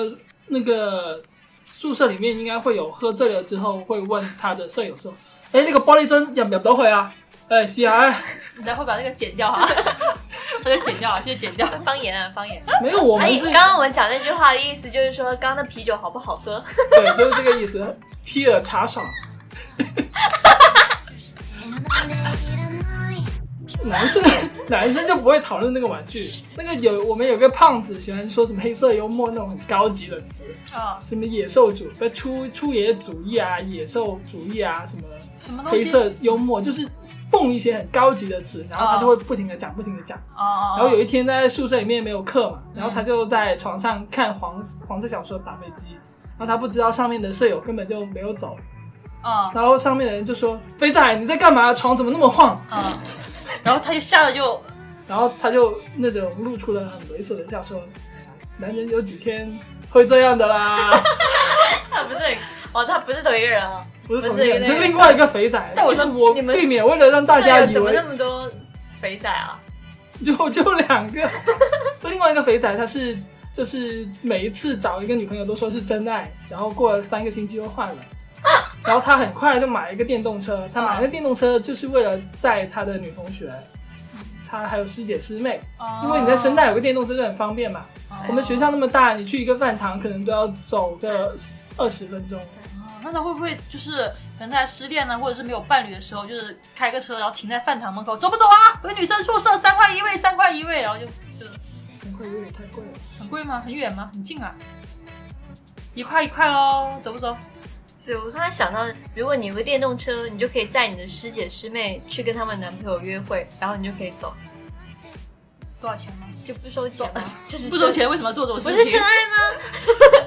Speaker 1: 那个宿舍里面应该会有喝醉了之后会问他的舍友说：“哎，那个玻璃樽入唔入到去啊？哎，试下啊。
Speaker 2: 你待会把这个剪掉啊， 把这个剪掉啊，先 剪掉。
Speaker 3: 方言啊，方言。”
Speaker 1: 没有，我们
Speaker 3: 哎，
Speaker 1: 是
Speaker 3: 刚刚我们讲那句话的意思就是说，刚刚的啤酒好不好喝？
Speaker 1: 对，就是这个意思。皮尔茶爽， 男生 男生就不会讨论那个玩具。那个有我们有个胖子喜欢说什么黑色幽默那种很高级的词，
Speaker 2: 啊，
Speaker 1: 什么野兽主不出出野主义啊，野兽主义啊，什么
Speaker 2: 什么东
Speaker 1: 黑
Speaker 2: 西？
Speaker 1: 色幽默，就是蹦一些很高级的词，然后他
Speaker 2: 哦
Speaker 1: 就会不停的讲，不停的讲。
Speaker 2: 哦哦，嗯
Speaker 1: 然后有一天在宿舍里面没有课嘛，然后他就在床上看黄黄色小说打飞机，然后他不知道上面的舍友根本就没有走，
Speaker 2: 啊
Speaker 1: 然后上面的人就说：“飞仔你在干嘛？床怎么那么晃
Speaker 2: 啊，然后他就吓得就，？”
Speaker 1: 然后他就那种露出了很猥琐的笑，说：“男人有几天会这样的啦
Speaker 3: 他不是很，哦，他不是同一个人啊。？”
Speaker 1: 不是
Speaker 3: 不
Speaker 1: 同
Speaker 3: 是
Speaker 1: 一个人，
Speaker 3: 那个
Speaker 1: 是另外一个肥仔。
Speaker 3: 但我说
Speaker 1: 就是 我
Speaker 3: 你们
Speaker 1: 避免为了让大家
Speaker 3: 舍友
Speaker 1: 以
Speaker 3: 怎么
Speaker 1: 为
Speaker 3: 那么多肥仔啊？
Speaker 1: 就就两个，另外一个肥仔他是就是每一次找一个女朋友都说是真爱，然后过了三个星期又换了，然后他很快就买了一个电动车，他买了个电动车就是为了载他的女同学，他还有师姐师妹，
Speaker 3: 哦
Speaker 1: 因为你在深大有个电动车就很方便嘛，
Speaker 2: 哦，
Speaker 1: 我们学校那么大，你去一个饭堂可能都要走个二十分钟，
Speaker 2: 哦那他会不会就是可能在失恋呢，啊或者是没有伴侣的时候，就是开个车，然后停在饭堂门口，走不走啊？我跟女生宿舍三块一位，三块一位，然后就就
Speaker 1: 很贵有点太贵了，
Speaker 2: 很贵吗？很远吗？很近啊？一块一块喽，走不走？
Speaker 3: 所以我突然想到，如果你有个电动车，你就可以载你的师姐师妹去跟他们男朋友约会，然后你就可以走，
Speaker 2: 多少钱吗？
Speaker 3: 就不收钱吗？就是
Speaker 2: 不收，钱为什么要做这种
Speaker 3: 不
Speaker 2: 事情？
Speaker 3: 是真爱吗？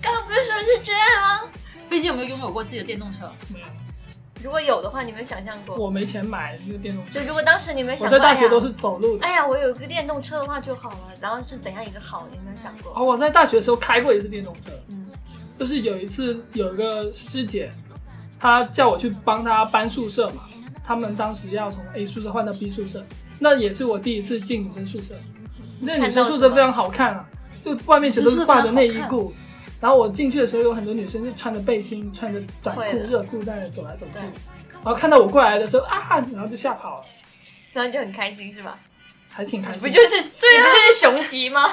Speaker 3: 刚刚不是说是真爱吗？
Speaker 2: 飞机有没有拥有过自己的电动车？
Speaker 1: 没有，
Speaker 3: 如果有的话，你们想象过？
Speaker 1: 我没钱买那个电动车
Speaker 3: 就，如果当时你们
Speaker 1: 我
Speaker 3: 想过，
Speaker 1: 在大学都
Speaker 3: 哎呀
Speaker 1: 是走路的。
Speaker 3: 哎呀，我有一个电动车的话就好了，然后是怎样一个好？你有没有想过？
Speaker 1: 哦，我在大学的时候开过一次电动车，
Speaker 3: 嗯，
Speaker 1: 就是有一次有一个师姐，她叫我去帮她搬宿舍嘛，他们当时要从 A 宿舍换到 B 宿舍，那也是我第一次进女生宿舍。那女生宿舍非常好看啊，就外面全都是挂着内衣裤，然后我进去的时候有很多女生就穿着背心、穿着短
Speaker 3: 会
Speaker 1: 裤
Speaker 3: 的、
Speaker 1: 热裤在那走来走去
Speaker 3: 对，
Speaker 1: 然后看到我过来的时候啊，然后就吓跑了，
Speaker 3: 然后就很开心是吧？
Speaker 1: 还挺开
Speaker 3: 不
Speaker 1: 心。
Speaker 3: 就是对
Speaker 2: 啊
Speaker 3: 呀、就是雄鸡吗？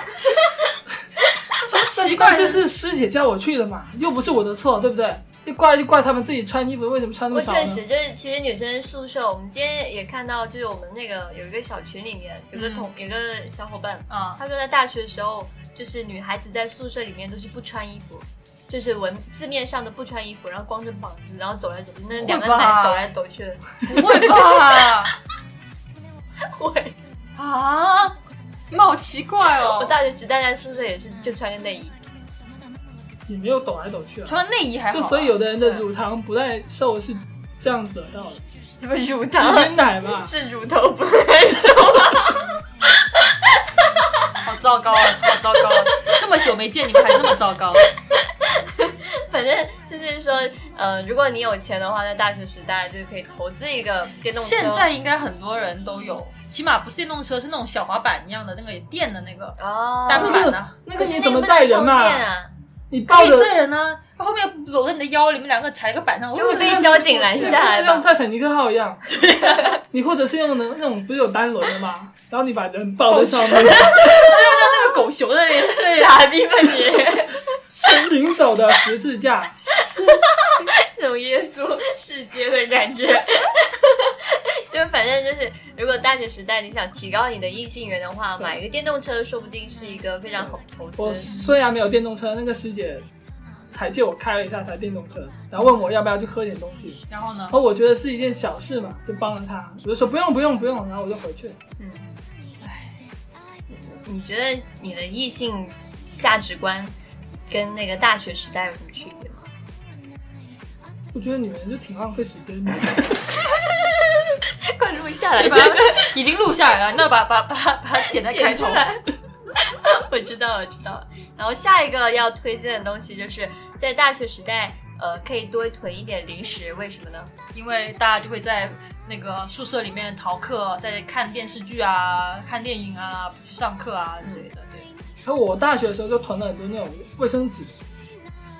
Speaker 2: 什么奇怪
Speaker 1: 但
Speaker 2: 的
Speaker 1: 是是师姐叫我去的嘛，又不是我的错，对不对？就怪就怪他们自己穿衣服为什么穿那
Speaker 3: 我
Speaker 1: 么少
Speaker 3: 确
Speaker 1: 呢？
Speaker 3: 实就是，其实女生宿舍，我们今天也看到，就是我们那个有一个小群里面有个
Speaker 1: 嗯
Speaker 3: 同、有个小伙伴，
Speaker 2: 啊、
Speaker 3: 他说在大学的时候，就是女孩子在宿舍里面都是不穿衣服，就是文字面上的不穿衣服，然后光着膀子，然后走来走去，那两个
Speaker 2: 会
Speaker 3: 奶
Speaker 2: 吧
Speaker 3: 抖来抖去的。
Speaker 2: 不会 吧？
Speaker 3: 会，
Speaker 2: 啊，你们好奇怪
Speaker 3: 我
Speaker 2: 哦！
Speaker 3: 大学时代在宿舍也是就穿个内衣，
Speaker 1: 也没有抖来抖去啊。
Speaker 2: 穿内衣还好啊、
Speaker 1: 就所以有的人的乳糖不耐受是这样得到的，
Speaker 3: 什么乳
Speaker 1: 就
Speaker 3: 糖。
Speaker 1: 晕奶嘛
Speaker 3: 是乳头不耐受啊？
Speaker 2: 好糟糕啊，好糟糕 啊！这么久没见你们还这么糟 糕， 啊
Speaker 3: 反正就是说，呃，如果你有钱的话，在大学时代就是可以投资一个电动车。
Speaker 2: 现在应该很多人都有，起码不是电动车，是那种小滑板一样的那个电的那个
Speaker 3: 哦，
Speaker 2: 单
Speaker 1: 那
Speaker 2: 板啊
Speaker 1: 个
Speaker 2: 的、
Speaker 1: 那
Speaker 3: 可
Speaker 1: 个
Speaker 3: 是
Speaker 1: 你怎么
Speaker 3: 不能
Speaker 1: 载人
Speaker 3: 充
Speaker 1: 嘛？
Speaker 3: 电啊？
Speaker 1: 你抱
Speaker 2: 可以
Speaker 1: 着
Speaker 2: 载人呢、他后面搂着你的腰，你们两个踩个板上，
Speaker 3: 就会
Speaker 2: 我觉得
Speaker 3: 被交警拦
Speaker 1: 对
Speaker 3: 下来
Speaker 1: 就像
Speaker 3: 吧。
Speaker 1: 泰坦尼克号一 样，你或者是用的那种不是有单轮的 吗？然后你把人抱在上面
Speaker 2: 那个狗熊的那个那个
Speaker 3: 傻逼吧你！
Speaker 1: 行走的十字 架，
Speaker 3: 那种耶稣世界的感觉。就反正就是，如果大学时代你想提高你的异性缘的话，
Speaker 1: 是
Speaker 3: 买一个电动车说不定是一个非常好的投
Speaker 1: 我
Speaker 3: 资。
Speaker 1: 虽然没有电动车，那个师姐还借我开了一下台电动车，然后问我要不要去喝点东西，
Speaker 2: 然 后呢
Speaker 1: 然？后我觉得是一件小事嘛，就帮了她，我就说不用不用不用，然后我就回去了。
Speaker 3: 你觉得你的异性价值观跟那个大学时代有什么区别吗？
Speaker 1: 我觉得女人就挺浪费时间的。
Speaker 3: 快录下来，
Speaker 2: 把它已经录下来了，那把把把它把它剪在开
Speaker 3: 剪出
Speaker 2: 头。
Speaker 3: 来。我知道，我知道。然后下一个要推荐的东西就是在大学时代，呃，可以多囤一点零食，为什么呢？
Speaker 2: 因为大家就会在那个宿舍里面逃课，在看电视剧啊、看电影啊、不去上课啊
Speaker 3: 嗯
Speaker 2: 之类的。对，
Speaker 1: 然后我大学的时候就囤了很多那种卫生纸，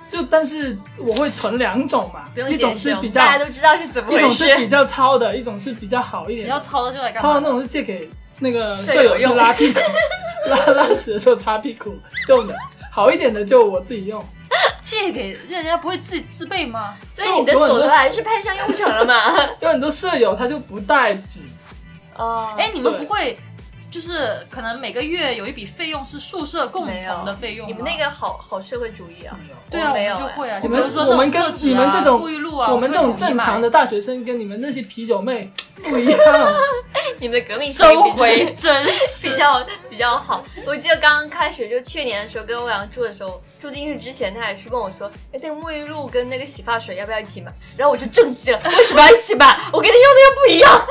Speaker 1: 就但是我会囤两种嘛
Speaker 3: 不，用
Speaker 1: 一种
Speaker 3: 解
Speaker 1: 是
Speaker 3: 释，
Speaker 1: 比较，
Speaker 3: 大家都知道是怎么
Speaker 1: 一
Speaker 3: 回
Speaker 1: 种是比
Speaker 3: 事。
Speaker 1: 较糙的，一种是比较好一
Speaker 2: 你
Speaker 1: 点
Speaker 2: 要
Speaker 1: 的。
Speaker 2: 抄的就来干
Speaker 1: 糙
Speaker 2: 嘛？
Speaker 1: 的那种是借给那个
Speaker 3: 舍
Speaker 1: 舍
Speaker 3: 友
Speaker 1: 友
Speaker 3: 用
Speaker 1: 去拉屁股， 拉拉屎的时候擦屁股用的。好一点的就我自己用，
Speaker 2: 借给人家不会自己自备吗？
Speaker 3: 所以你的所得还是派上用场 了嘛？
Speaker 1: 有很多舍友他就不带纸，
Speaker 3: 哦，
Speaker 2: 哎，你们
Speaker 1: 对
Speaker 2: 不会就是可能每个月有一笔费用是宿舍共同的费用
Speaker 3: 你
Speaker 2: 吗
Speaker 3: 们那个好好社会主义啊！
Speaker 2: 对啊，
Speaker 3: 我没有
Speaker 2: 我们就会啊。
Speaker 1: 我
Speaker 2: 就比
Speaker 1: 们
Speaker 2: 如说
Speaker 1: 我们
Speaker 2: 那种
Speaker 1: 跟
Speaker 2: 厕纸啊
Speaker 1: 你们这种
Speaker 2: 沐浴露啊，
Speaker 1: 我们这种正常的大学生跟你们那些啤酒 妹不一样。
Speaker 3: 你们的革命情谊
Speaker 2: 收
Speaker 3: 比较
Speaker 2: 回真实
Speaker 3: 比较比较好。 我记得刚刚开始就去年的时候跟欧阳住的时候，住进去之前他也是问我说：“哎，那个沐浴露跟那个洗发水要不要一起买？”然后我就震惊 了，为什么要一起买？我跟你用的又不一样。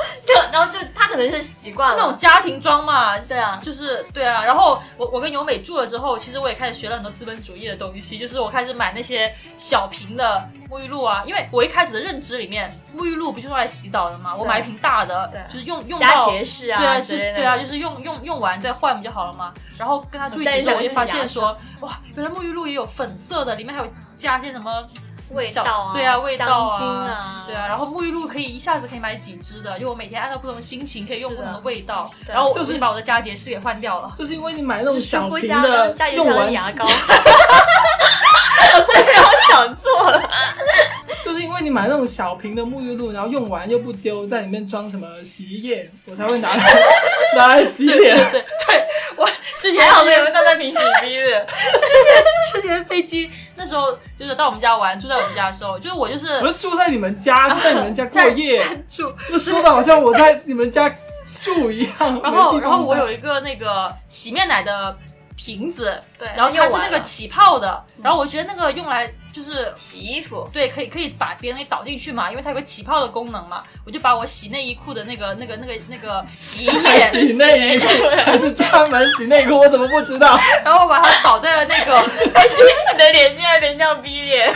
Speaker 3: 然后然后 就他可能是习惯了
Speaker 2: 那种家庭装嘛，
Speaker 3: 对啊，
Speaker 2: 就是对啊，然后我我跟由美住了之后，其实我也开始学了很多资本主义的东西，就是我开始买那些小瓶的沐浴露啊，因为我一开始的认知里面，沐浴露不就是用来洗澡的吗？我买一瓶大的
Speaker 3: 对，
Speaker 2: 就是用用
Speaker 3: 加
Speaker 2: 到
Speaker 3: 节式
Speaker 2: 对啊
Speaker 3: 啊
Speaker 2: 就
Speaker 3: 之类的。
Speaker 2: 对啊，就是用用用完再换不就好了吗？然后跟他住一起之后，我就发现说，哇，原来沐浴露也有粉色的，里面还有加些什么
Speaker 3: 味
Speaker 2: 小
Speaker 3: 道啊，
Speaker 2: 对啊，味道
Speaker 3: 香精
Speaker 2: 啊
Speaker 3: 啊，
Speaker 2: 对啊，然后沐浴露可以一下子可以买几支的，就我每天按照不同的心情可以用不同的味道，
Speaker 3: 是的
Speaker 2: 然后我
Speaker 1: 就是
Speaker 2: 我把我的加洁式给换掉了。
Speaker 1: 就是因为你买那种
Speaker 3: 舒
Speaker 1: 小
Speaker 3: 肤
Speaker 1: 瓶
Speaker 3: 佳
Speaker 1: 的
Speaker 3: 跟大，
Speaker 1: 用
Speaker 3: 油香
Speaker 1: 完
Speaker 3: 牙 膏。对，然后讲错了，
Speaker 1: 就是因为你买那种小瓶的沐浴露，然后用完又不丢，在里面装什么洗衣液，我才会拿来 拿来洗脸。
Speaker 2: 对对，我之 前
Speaker 3: 还好没有倒在平行逼的。
Speaker 2: 之前飞机那时候就是到我们家玩，住在我们家的时候，就是我就是
Speaker 1: 我就住在你们 家，在你们家过夜，
Speaker 2: 住
Speaker 1: 就说的好像我在你们家住一样。
Speaker 2: 然后，
Speaker 1: 没地方
Speaker 2: 然后我
Speaker 1: 待
Speaker 2: 有一个那个洗面奶的瓶子，
Speaker 3: 对
Speaker 2: 然后它是那
Speaker 3: 用完
Speaker 2: 个
Speaker 3: 了
Speaker 2: 起泡的，然后我觉得那个用来就是
Speaker 3: 洗衣服，
Speaker 2: 对，可以可以把别人给倒进去嘛，因为它有个起泡的功能嘛，我就把我洗内衣裤的那个那个那个那个洗衣
Speaker 1: 还
Speaker 2: 液，
Speaker 1: 洗内衣裤， 还是专门洗内裤，我怎么不知道？
Speaker 2: 然后把它倒在了那个
Speaker 3: 你的脸现在有点像逼脸。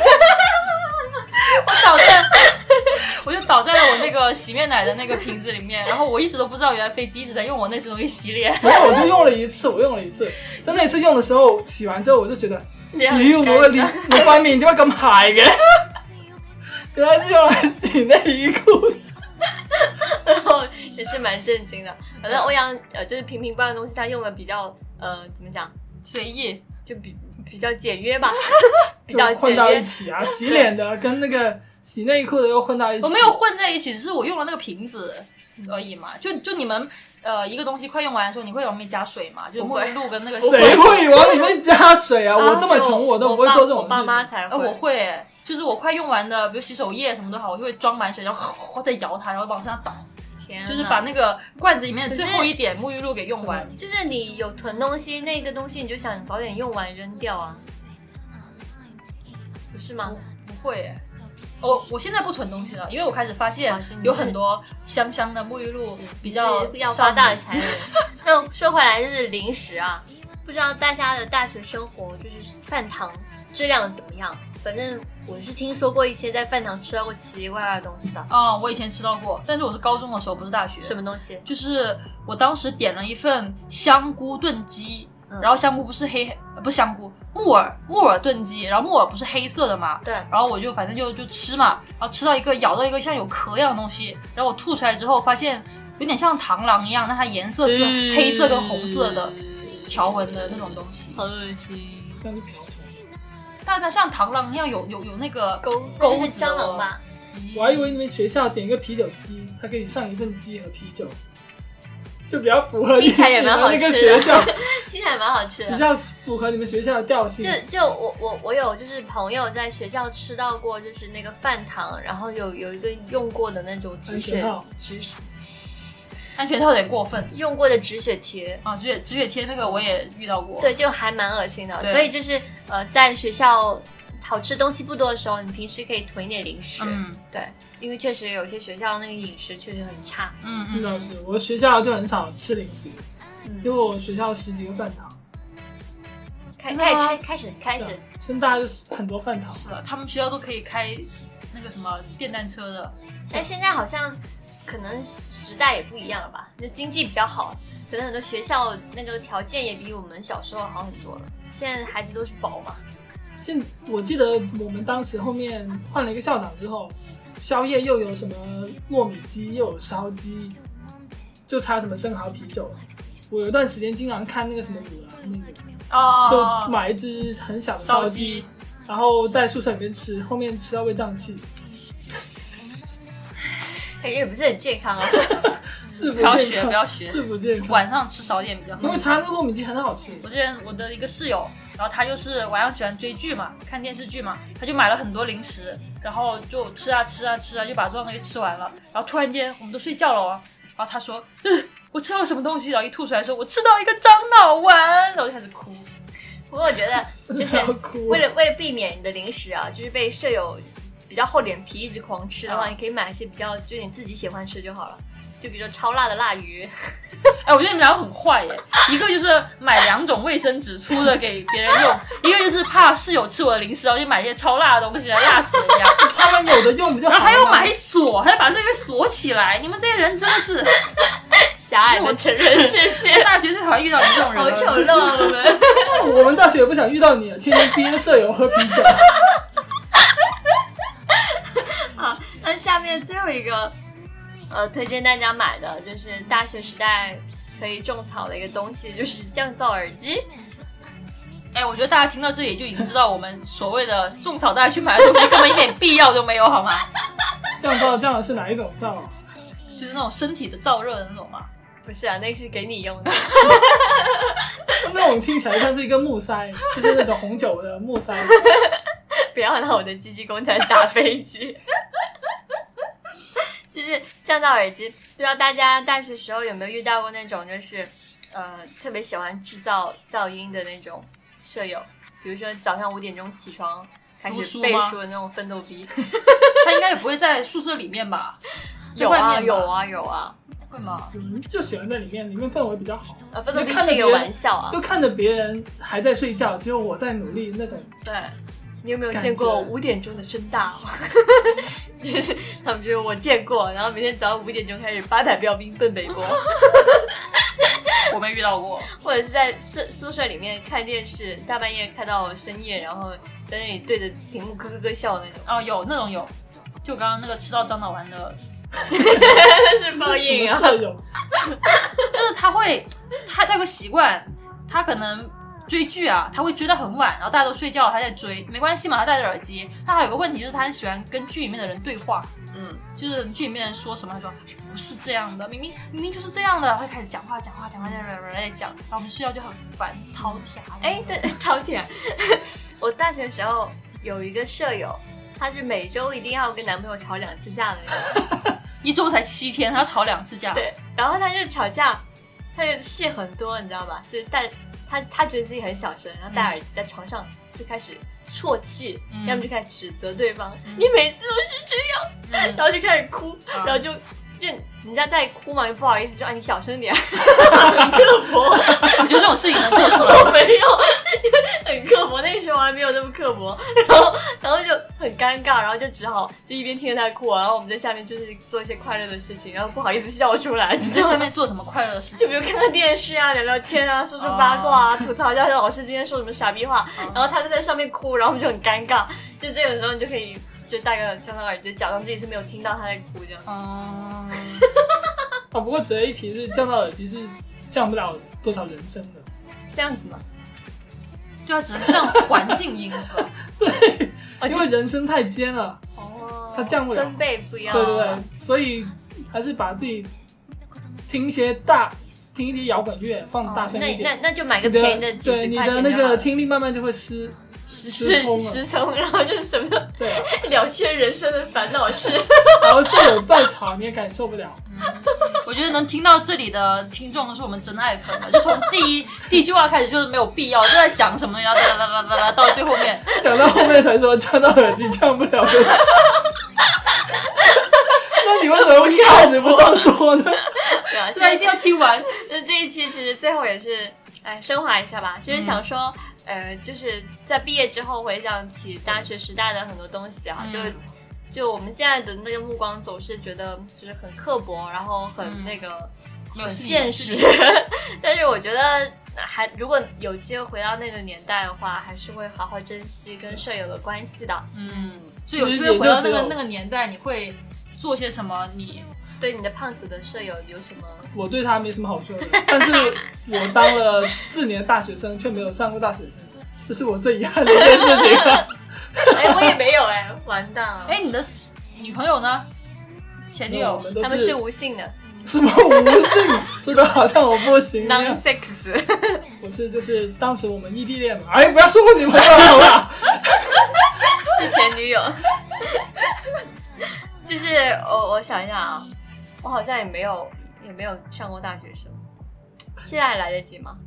Speaker 2: 倒在， 我就倒在了我那个洗面奶的那个瓶子里面，然后我一直都不知道原来飞机一直在用我那只东西洗脸，
Speaker 1: 没有，我就用了一次，我用了一次。在那一次用的时候，洗完之后我就觉得，
Speaker 3: 脸很
Speaker 1: 咦，我
Speaker 3: 干
Speaker 1: 的脸，我塊面點解咁鞋嘅？原來是用來洗內衣褲。
Speaker 3: 然后也是蛮震惊的。反正欧阳呃，就是瓶瓶罐的东西，他用的比较呃，怎么讲，
Speaker 2: 随意。
Speaker 3: 就比比较简 约吧，比
Speaker 1: 就
Speaker 3: 较简
Speaker 1: 混到一
Speaker 3: 约。
Speaker 1: 起啊，洗脸的跟那个洗内裤的又混到一起。
Speaker 2: 我没有混在一起，只是我用了那个瓶子而已嘛。就就你们呃一个东西快用完的时候，你会往里面加水吗？就是沐浴露跟那个
Speaker 1: 谁会往里面加水啊？我这么穷，我都不会做这种
Speaker 3: 我
Speaker 1: 事
Speaker 3: 爸
Speaker 1: 情。哦
Speaker 3: 妈才
Speaker 2: 呃，
Speaker 3: 会。
Speaker 2: 我会欸，就是我快用完的，比如洗手液什么都好，我就会装满水，然后哗再摇它，然后往身上倒，
Speaker 3: 天
Speaker 2: 就是把那个罐子里面的
Speaker 3: 可是
Speaker 2: 最后一点沐浴露给用完。
Speaker 3: 就是你有囤东西，那个东西你就想早点用完扔掉啊，不是吗？
Speaker 2: 不会欸，我我现在不囤东西了，因为我开始发
Speaker 3: 哇
Speaker 2: 现
Speaker 3: 哦是你
Speaker 2: 有
Speaker 3: 是
Speaker 2: 很多香香的沐浴露比较
Speaker 3: 就是要
Speaker 2: 上
Speaker 3: 发
Speaker 2: 瘾
Speaker 3: 大的财人。 那说回来就是零食啊，不知道大家的大学生活就是饭堂质量怎么样？反正我是听说过一些在饭堂吃到过奇奇怪怪的东西的，
Speaker 2: 啊、我以前吃到过，但是我是高中的时候，不是大学。
Speaker 3: 什么东西？
Speaker 2: 就是我当时点了一份香菇炖鸡，
Speaker 3: 嗯
Speaker 2: 然后香菇不是黑，呃不是香菇，木耳木耳炖鸡，然后木耳不是黑色的嘛，
Speaker 3: 对，
Speaker 2: 然后我就反正就就吃嘛，然后吃到一个咬到一个像有壳一样的东西，然后我吐出来之后发现有点像螳螂一样，但它颜色是
Speaker 3: 嗯
Speaker 2: 黑色跟红色的条纹的那种东西，
Speaker 3: 好恶心，
Speaker 1: 像是瓢虫，
Speaker 2: 但它像螳螂一样有有有那个
Speaker 3: 狗
Speaker 2: 钩
Speaker 3: 狗是
Speaker 2: 子
Speaker 3: 蟑螂吧？
Speaker 1: 我还以为你们学校点一个啤酒鸡，他给你上一份鸡和啤酒，就比较符合你
Speaker 3: 听起来也
Speaker 1: 们
Speaker 3: 蛮好
Speaker 1: 那个
Speaker 3: 吃的
Speaker 1: 学校，
Speaker 3: 听起来蛮好吃
Speaker 1: 比
Speaker 3: 的。
Speaker 1: 较符合你们学校的调性
Speaker 3: 就。就我我我有就是朋友在学校吃到过就是那个饭堂，然后有有一个用过的那种止
Speaker 1: 安全
Speaker 3: 血
Speaker 1: 套
Speaker 3: 止血
Speaker 2: 安全套有点过分
Speaker 3: 用过的止血贴，
Speaker 2: 啊，止血止血贴那个我也遇到过，
Speaker 3: 对，就还蛮恶心的。
Speaker 2: 对
Speaker 3: 所以就是呃，在学校好吃东西不多的时候，你平时可以囤一点零食。
Speaker 2: 嗯
Speaker 3: 对，因为确实有些学校那个饮食确实很差。
Speaker 2: 嗯
Speaker 1: 这倒
Speaker 2: 嗯，
Speaker 1: 是，我学校就很少吃零食，因为
Speaker 3: 嗯，
Speaker 1: 我学校十几个饭堂，
Speaker 3: 开
Speaker 2: 真的
Speaker 3: 开
Speaker 2: 吗
Speaker 3: 开开始开
Speaker 1: 是
Speaker 3: 始
Speaker 1: 啊，深大就是很多饭堂。
Speaker 2: 嗯是啊的，他们学校都可以开那个什么电单车的，
Speaker 3: 但现在好像可能时代也不一样了吧，就经济比较好，可能很多学校那个条件也比我们小时候好很多了。现在孩子都是宝嘛，
Speaker 1: 现我记得我们当时后面换了一个校长之后，宵夜又有什么糯米鸡，又有烧鸡，就差什么生蚝啤酒了。我有一段时间经常看那个什么五郎那个，
Speaker 2: 哦
Speaker 1: 就买一只很小的
Speaker 2: 烧
Speaker 1: 烧
Speaker 2: 鸡
Speaker 1: 鸡，，然后在宿舍里面吃，后面吃到胃胀气，
Speaker 3: 感觉也不是很健康啊。
Speaker 1: 是不
Speaker 2: 不要学
Speaker 1: 健
Speaker 2: 不
Speaker 1: 康，
Speaker 2: 要学，
Speaker 1: 是不健康。
Speaker 2: 晚上吃少点比较好
Speaker 1: 因。为他那个糯米鸡很好吃，
Speaker 2: 我之前我的一个室友，然后他就是晚上喜欢追剧嘛，看电视剧嘛，他就买了很多零食，然后就吃啊吃啊吃啊，就把桌上东西吃完了。然后突然间我们都睡觉了、哦，然后他说、嗯我吃到什么东西，然后一吐出来说我吃到一个樟脑丸，然后就开始哭。
Speaker 3: 不过我觉得就是
Speaker 1: 然后哭
Speaker 3: 为了为了避免你的零食啊，就是被舍友比较厚脸皮一直狂吃的话，
Speaker 2: 嗯
Speaker 3: 你可以买一些比较就是你自己喜欢吃就好了。就比如说超辣的辣鱼，
Speaker 2: 哎，我觉得你们两个很坏耶，一个就是买两种卫生纸粗的给别人 用，一个就是怕室友吃我的零食，然后就买一些超辣的东西来辣死人家。
Speaker 1: 他 们有的用不就好
Speaker 2: 然
Speaker 1: 了
Speaker 2: 后
Speaker 1: 吗？
Speaker 2: 还要买锁，还要把这个锁起来。你们这些人真的是，
Speaker 3: 狭隘的成人 世界，
Speaker 2: 大学最讨厌遇到你这种人
Speaker 3: 好
Speaker 2: 了。
Speaker 3: 丑陋啊！我们
Speaker 1: 我 们大学也不想遇到你，天天憋舍友喝啤 酒。
Speaker 3: 好，那下面最后一个，呃，推荐大家买的就是大学时代可以种草的一个东西，就是降噪耳机。
Speaker 2: 哎，我觉得大家听到这里就已经知道，我们所谓的种草大家去买的东西根本一点必要都没有，好吗？
Speaker 1: 降噪降的是哪一种噪啊？
Speaker 2: 就是那种身体的燥热的那种嘛。
Speaker 3: 不是啊，那个是给你用的。
Speaker 1: 那种听起来像是一个木塞，就是那种红酒的木塞。
Speaker 3: 不要让我的鸡鸡工程打飞机。就是降噪耳机，不知道大家大学时候有没有遇到过那种，就是呃特别喜欢制造噪音的那种舍友，比如说早上五点钟起床开
Speaker 2: 读
Speaker 3: 始
Speaker 2: 书
Speaker 3: 背
Speaker 2: 吗
Speaker 3: 书的那种奋斗 逼，
Speaker 2: 他应该也不会在宿舍里面吧？在
Speaker 3: 有
Speaker 2: 外
Speaker 3: 啊
Speaker 2: 面吧
Speaker 3: 有，啊有啊，
Speaker 2: 会吗？
Speaker 1: 有人就喜欢在里面，里面氛围比较好，
Speaker 3: 呃，奋斗逼
Speaker 1: 你看
Speaker 3: 是
Speaker 1: 着
Speaker 3: 一个
Speaker 1: 别人
Speaker 3: 玩笑啊，
Speaker 1: 就看着别人还在睡觉，只有我在努力那种。
Speaker 3: 对，你有没有
Speaker 1: 感
Speaker 3: 见过
Speaker 1: 觉
Speaker 3: 五点钟的声大、哦？ 就是 他们就是我见过，然后每天早上五点钟开始八百标兵奔北国，
Speaker 2: 我没遇到过。
Speaker 3: 或者是在宿宿舍里面看电视，大半夜看到深夜，然后在那里对着屏幕咯咯咯笑那种，
Speaker 2: 啊，有那种有，就刚刚那个吃到樟脑丸的，
Speaker 3: 但是报应
Speaker 1: 什
Speaker 3: 啊
Speaker 1: 么！舍友，
Speaker 2: 就是他会，他他有个习惯，他可能。追剧啊，他会追到很晚，然后大家都睡觉，他在追，没关系嘛，他戴着耳机。他还有个问题就是，他很喜欢跟剧里面的人对话，
Speaker 3: 嗯，
Speaker 2: 就是剧里面人说什么，他说哎不是这样的，明明明明就是这样的，他就开始讲话讲话讲话讲讲在讲，然后我们睡觉就很烦，饕餮。哎，
Speaker 3: 哎，对， 饕餮，我大学时候有一个舍友，她是每周一定要跟男朋友吵两次架的那种。
Speaker 2: 一周才七天，他要吵两次架。，
Speaker 3: 对，然后他就吵架，他就戏很多，你知道吧？就是戴他他觉得自己很小声，然后戴耳机在床上就开始啜泣，
Speaker 2: 嗯
Speaker 3: 要么就开始指责对方，
Speaker 2: 嗯
Speaker 3: 你每次都是这样，
Speaker 2: 嗯
Speaker 3: 然后就开始哭，
Speaker 2: 啊
Speaker 3: 然后就就人家在哭嘛，又不好意思说啊你小声点，很刻薄，
Speaker 2: 我觉得这种事情能做出 来，
Speaker 3: 我没有。很刻薄，那个时候我还没有那么刻薄，然后然后就很尴尬，然后就只好就一边听着他哭，然后我们在下面就是做一些快乐的事情，然后不好意思笑出 来，
Speaker 2: 你
Speaker 3: 知
Speaker 2: 在
Speaker 3: 道吗
Speaker 2: 下面做什么快乐的事
Speaker 3: 就
Speaker 2: 情？
Speaker 3: 比如看看电视啊，聊聊天啊，说说八卦啊，吐槽一下老师今天说什么傻逼话，然后他就在上面哭，然后我们就很尴尬。就这个时候，你就可以就戴个降噪耳机，假装自己是没有听到他在哭这样。
Speaker 1: 啊，
Speaker 2: 嗯，
Speaker 1: 不过值得一提是降噪耳机是降不了多少人声的，
Speaker 3: 这样子嘛，
Speaker 2: 对啊，只能这样环境音是吧？
Speaker 3: 哦
Speaker 1: 因为人声太尖了，
Speaker 3: 哦
Speaker 1: 它降不了
Speaker 3: 分贝不啊一样。
Speaker 1: 对对对，所以还是把自己听一些大，听一些摇滚乐，放大声一
Speaker 3: 哦那
Speaker 1: 点。
Speaker 3: 那那就买个
Speaker 1: 你的
Speaker 3: 便宜的几
Speaker 1: 对
Speaker 3: 十
Speaker 1: 你
Speaker 3: 块钱
Speaker 1: 的那
Speaker 3: 就
Speaker 1: 个
Speaker 3: 好了
Speaker 1: 听力慢慢就会失
Speaker 3: 是
Speaker 1: 失聪了
Speaker 3: 失聪，然后就是什么 都
Speaker 1: 对啊，
Speaker 3: 了却人生的烦恼事。
Speaker 1: 然后室友在场你也感受不了，
Speaker 2: 我觉得能听到这里的听众是我们真爱粉了，就从第一第一句话开始就是没有必要，就在讲什么，然后哒哒哒哒哒哒，到最后面，
Speaker 1: 讲到后面才说降到耳机降不了耳机。 那你为什么一开始不这么说呢？
Speaker 3: 对啊，
Speaker 2: 大
Speaker 3: 现
Speaker 2: 家
Speaker 3: 在
Speaker 2: 一定要听完。
Speaker 3: 那这一期其实最后也是，哎，升华一下吧，就是想说，呃，就是在毕业之后回想起大学时代的很多东西啊，
Speaker 2: 嗯
Speaker 3: 就就我们现在的那个目光总是觉得就是很刻薄，然后很
Speaker 2: 嗯
Speaker 3: 那个、
Speaker 2: 没有
Speaker 3: 很
Speaker 2: 是你
Speaker 3: 现实， 但是我觉得。还如果有机会回到那个年代的话，还是会好好珍惜跟舍友的关系的。
Speaker 2: 嗯，
Speaker 1: 其
Speaker 2: 就
Speaker 1: 实
Speaker 2: 有机会回
Speaker 1: 也
Speaker 2: 到那
Speaker 1: 就只
Speaker 2: 个
Speaker 1: 有
Speaker 2: 那个年代，你会做些什么？你
Speaker 3: 对你的胖子的舍友有什么？
Speaker 1: 我对他没什么好说的，但是我当了四年大学生，却没有上过大学生，这是我最遗憾的一件事情啊 了。
Speaker 3: 哎，我也没有 哎，完蛋了！
Speaker 2: 哎，你的女朋友呢？前女
Speaker 1: 我
Speaker 2: 友
Speaker 1: 们都
Speaker 3: 他们是无性的
Speaker 1: 什么无性，说的好像我不行一样。
Speaker 3: ，non-sex。
Speaker 1: 我是就是当时我们异地恋嘛，哎，不要说我女朋友好吧？
Speaker 3: 是前 女友。就是我我想一下啊，我好像也没有也没有上过大学生，现在还来得及吗？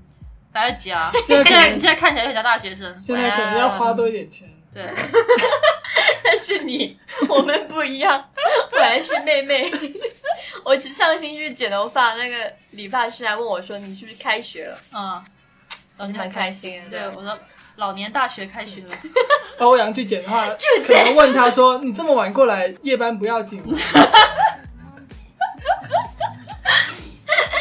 Speaker 2: 来得及啊！
Speaker 1: 现在
Speaker 2: 现
Speaker 1: 可
Speaker 2: 在
Speaker 1: 能
Speaker 2: 你现在看起来就像大学生，
Speaker 1: 现在可能要花多一点钱。
Speaker 3: 哦
Speaker 2: 对，
Speaker 3: 但是你我们不一样，我还是妹 妹。我其实上星期去剪头发，那个理发师还问我说：“你是不是开学了
Speaker 2: 嗯，老？”年
Speaker 3: 蛮哦开心的，
Speaker 2: 对，我说老年大学开学了，
Speaker 1: 把欧阳去捡的话，可能问他说：“你这么晚过来，夜班不要紧吗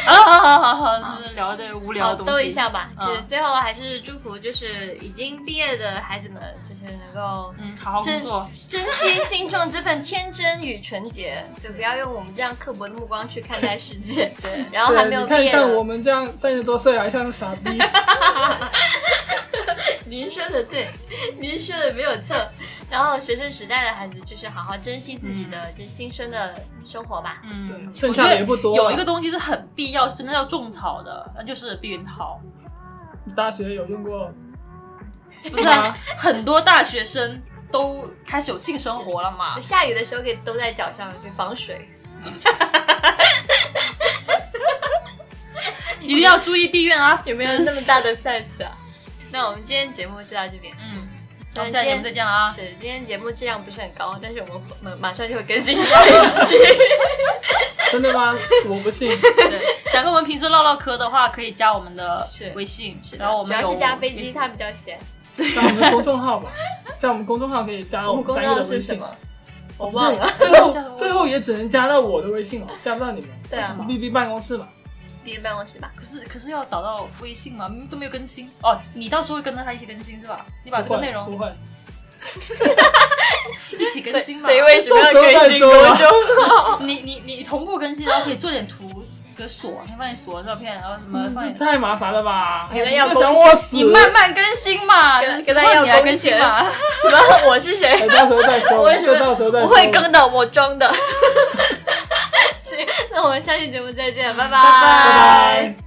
Speaker 2: 啊，好好好好好，聊的无聊
Speaker 3: 好，
Speaker 2: 的东
Speaker 3: 兜
Speaker 2: 西。
Speaker 3: 一下吧。
Speaker 2: 嗯
Speaker 3: 就是最后还是祝福，就是已经毕业的孩子们，就是能够
Speaker 2: 嗯，好好工作。
Speaker 3: 珍惜心中这份天真与纯洁，对，不要用我们这样刻薄的目光去看待世界。 对，然？”后还没
Speaker 1: 对，
Speaker 3: 有
Speaker 1: 你
Speaker 3: 毕
Speaker 1: 看
Speaker 3: 业
Speaker 1: 像我
Speaker 3: 的，
Speaker 1: 们这样三十多岁啊还像个傻逼，
Speaker 3: 您说的对，您说的没有错。然后学生时代的孩子，就是好好珍惜自己的、这新生的生活吧。
Speaker 2: 嗯
Speaker 1: 对，剩下的也不多了
Speaker 2: 有一个东西是很必要，真的要种草的，那就是避孕套。
Speaker 1: 你大学有用过？
Speaker 2: 不是、啊，很多大学生都开始有性生活了嘛？
Speaker 3: 下雨的时候可以兜在脚上，就防水。
Speaker 2: 一定要注意避孕啊！
Speaker 3: 有没有那么大的 sense 啊？ 那我们今天节目就到这边。
Speaker 2: 嗯，
Speaker 3: 那
Speaker 2: 那
Speaker 3: 今
Speaker 2: 下期我
Speaker 3: 天
Speaker 2: 们再见了啊！
Speaker 3: 是今天节目质量不是很高，但是我们马马上就会更新下一 期。
Speaker 1: 真的 吗？我不信。
Speaker 2: 对，想跟我们平时唠唠嗑的话，可以加我们的
Speaker 3: 是
Speaker 2: 微信，然后我们
Speaker 3: 主要
Speaker 2: 有
Speaker 3: 是加飞机，它比较闲。
Speaker 1: 加我们的公众号吧，加我们公众号可以加
Speaker 3: 我
Speaker 1: 我
Speaker 3: 们
Speaker 1: 们
Speaker 3: 公
Speaker 1: 三个
Speaker 3: 号
Speaker 1: 的
Speaker 3: 是
Speaker 1: 微
Speaker 3: 什
Speaker 1: 信。
Speaker 3: 么？我忘了。
Speaker 1: 最后最后也只能加到我的微信了，加不到你们。
Speaker 3: 对啊
Speaker 1: ，B B 办公室嘛。
Speaker 3: 第一个办公室吧。
Speaker 2: 可是可是要导到微信嘛，嗯都没有更新哦。你到时候会跟着他一起更新是吧？你把这个内
Speaker 1: 不
Speaker 2: 容
Speaker 1: 会，
Speaker 2: 一起更新嘛
Speaker 3: 所？以为什么要
Speaker 1: 到
Speaker 3: 更
Speaker 1: 时
Speaker 3: 新
Speaker 1: 候
Speaker 3: 公
Speaker 1: 再
Speaker 3: 众号？
Speaker 2: 你你你同步更新，然后可以做点图，比如锁，先放点锁的照片，然后什
Speaker 1: 不
Speaker 3: 嗯
Speaker 2: 么
Speaker 1: 会
Speaker 2: 放
Speaker 1: 这
Speaker 2: 点。
Speaker 1: 太麻烦了吧？
Speaker 3: 你们要
Speaker 1: 这想我死
Speaker 2: 你？慢慢更新嘛，
Speaker 3: 跟
Speaker 2: 就是
Speaker 3: 跟他要
Speaker 2: 你来
Speaker 3: 工
Speaker 2: 更新
Speaker 3: 钱
Speaker 2: 嘛。
Speaker 3: 什么？我是
Speaker 1: 哎，
Speaker 3: 谁？
Speaker 1: 到时候再说
Speaker 3: 我，为什
Speaker 1: 就
Speaker 3: 么
Speaker 1: 到时候再
Speaker 3: 不
Speaker 1: 说。
Speaker 3: 会更的？ 我装的。行，那我们下期节目再见，拜拜
Speaker 1: 拜拜。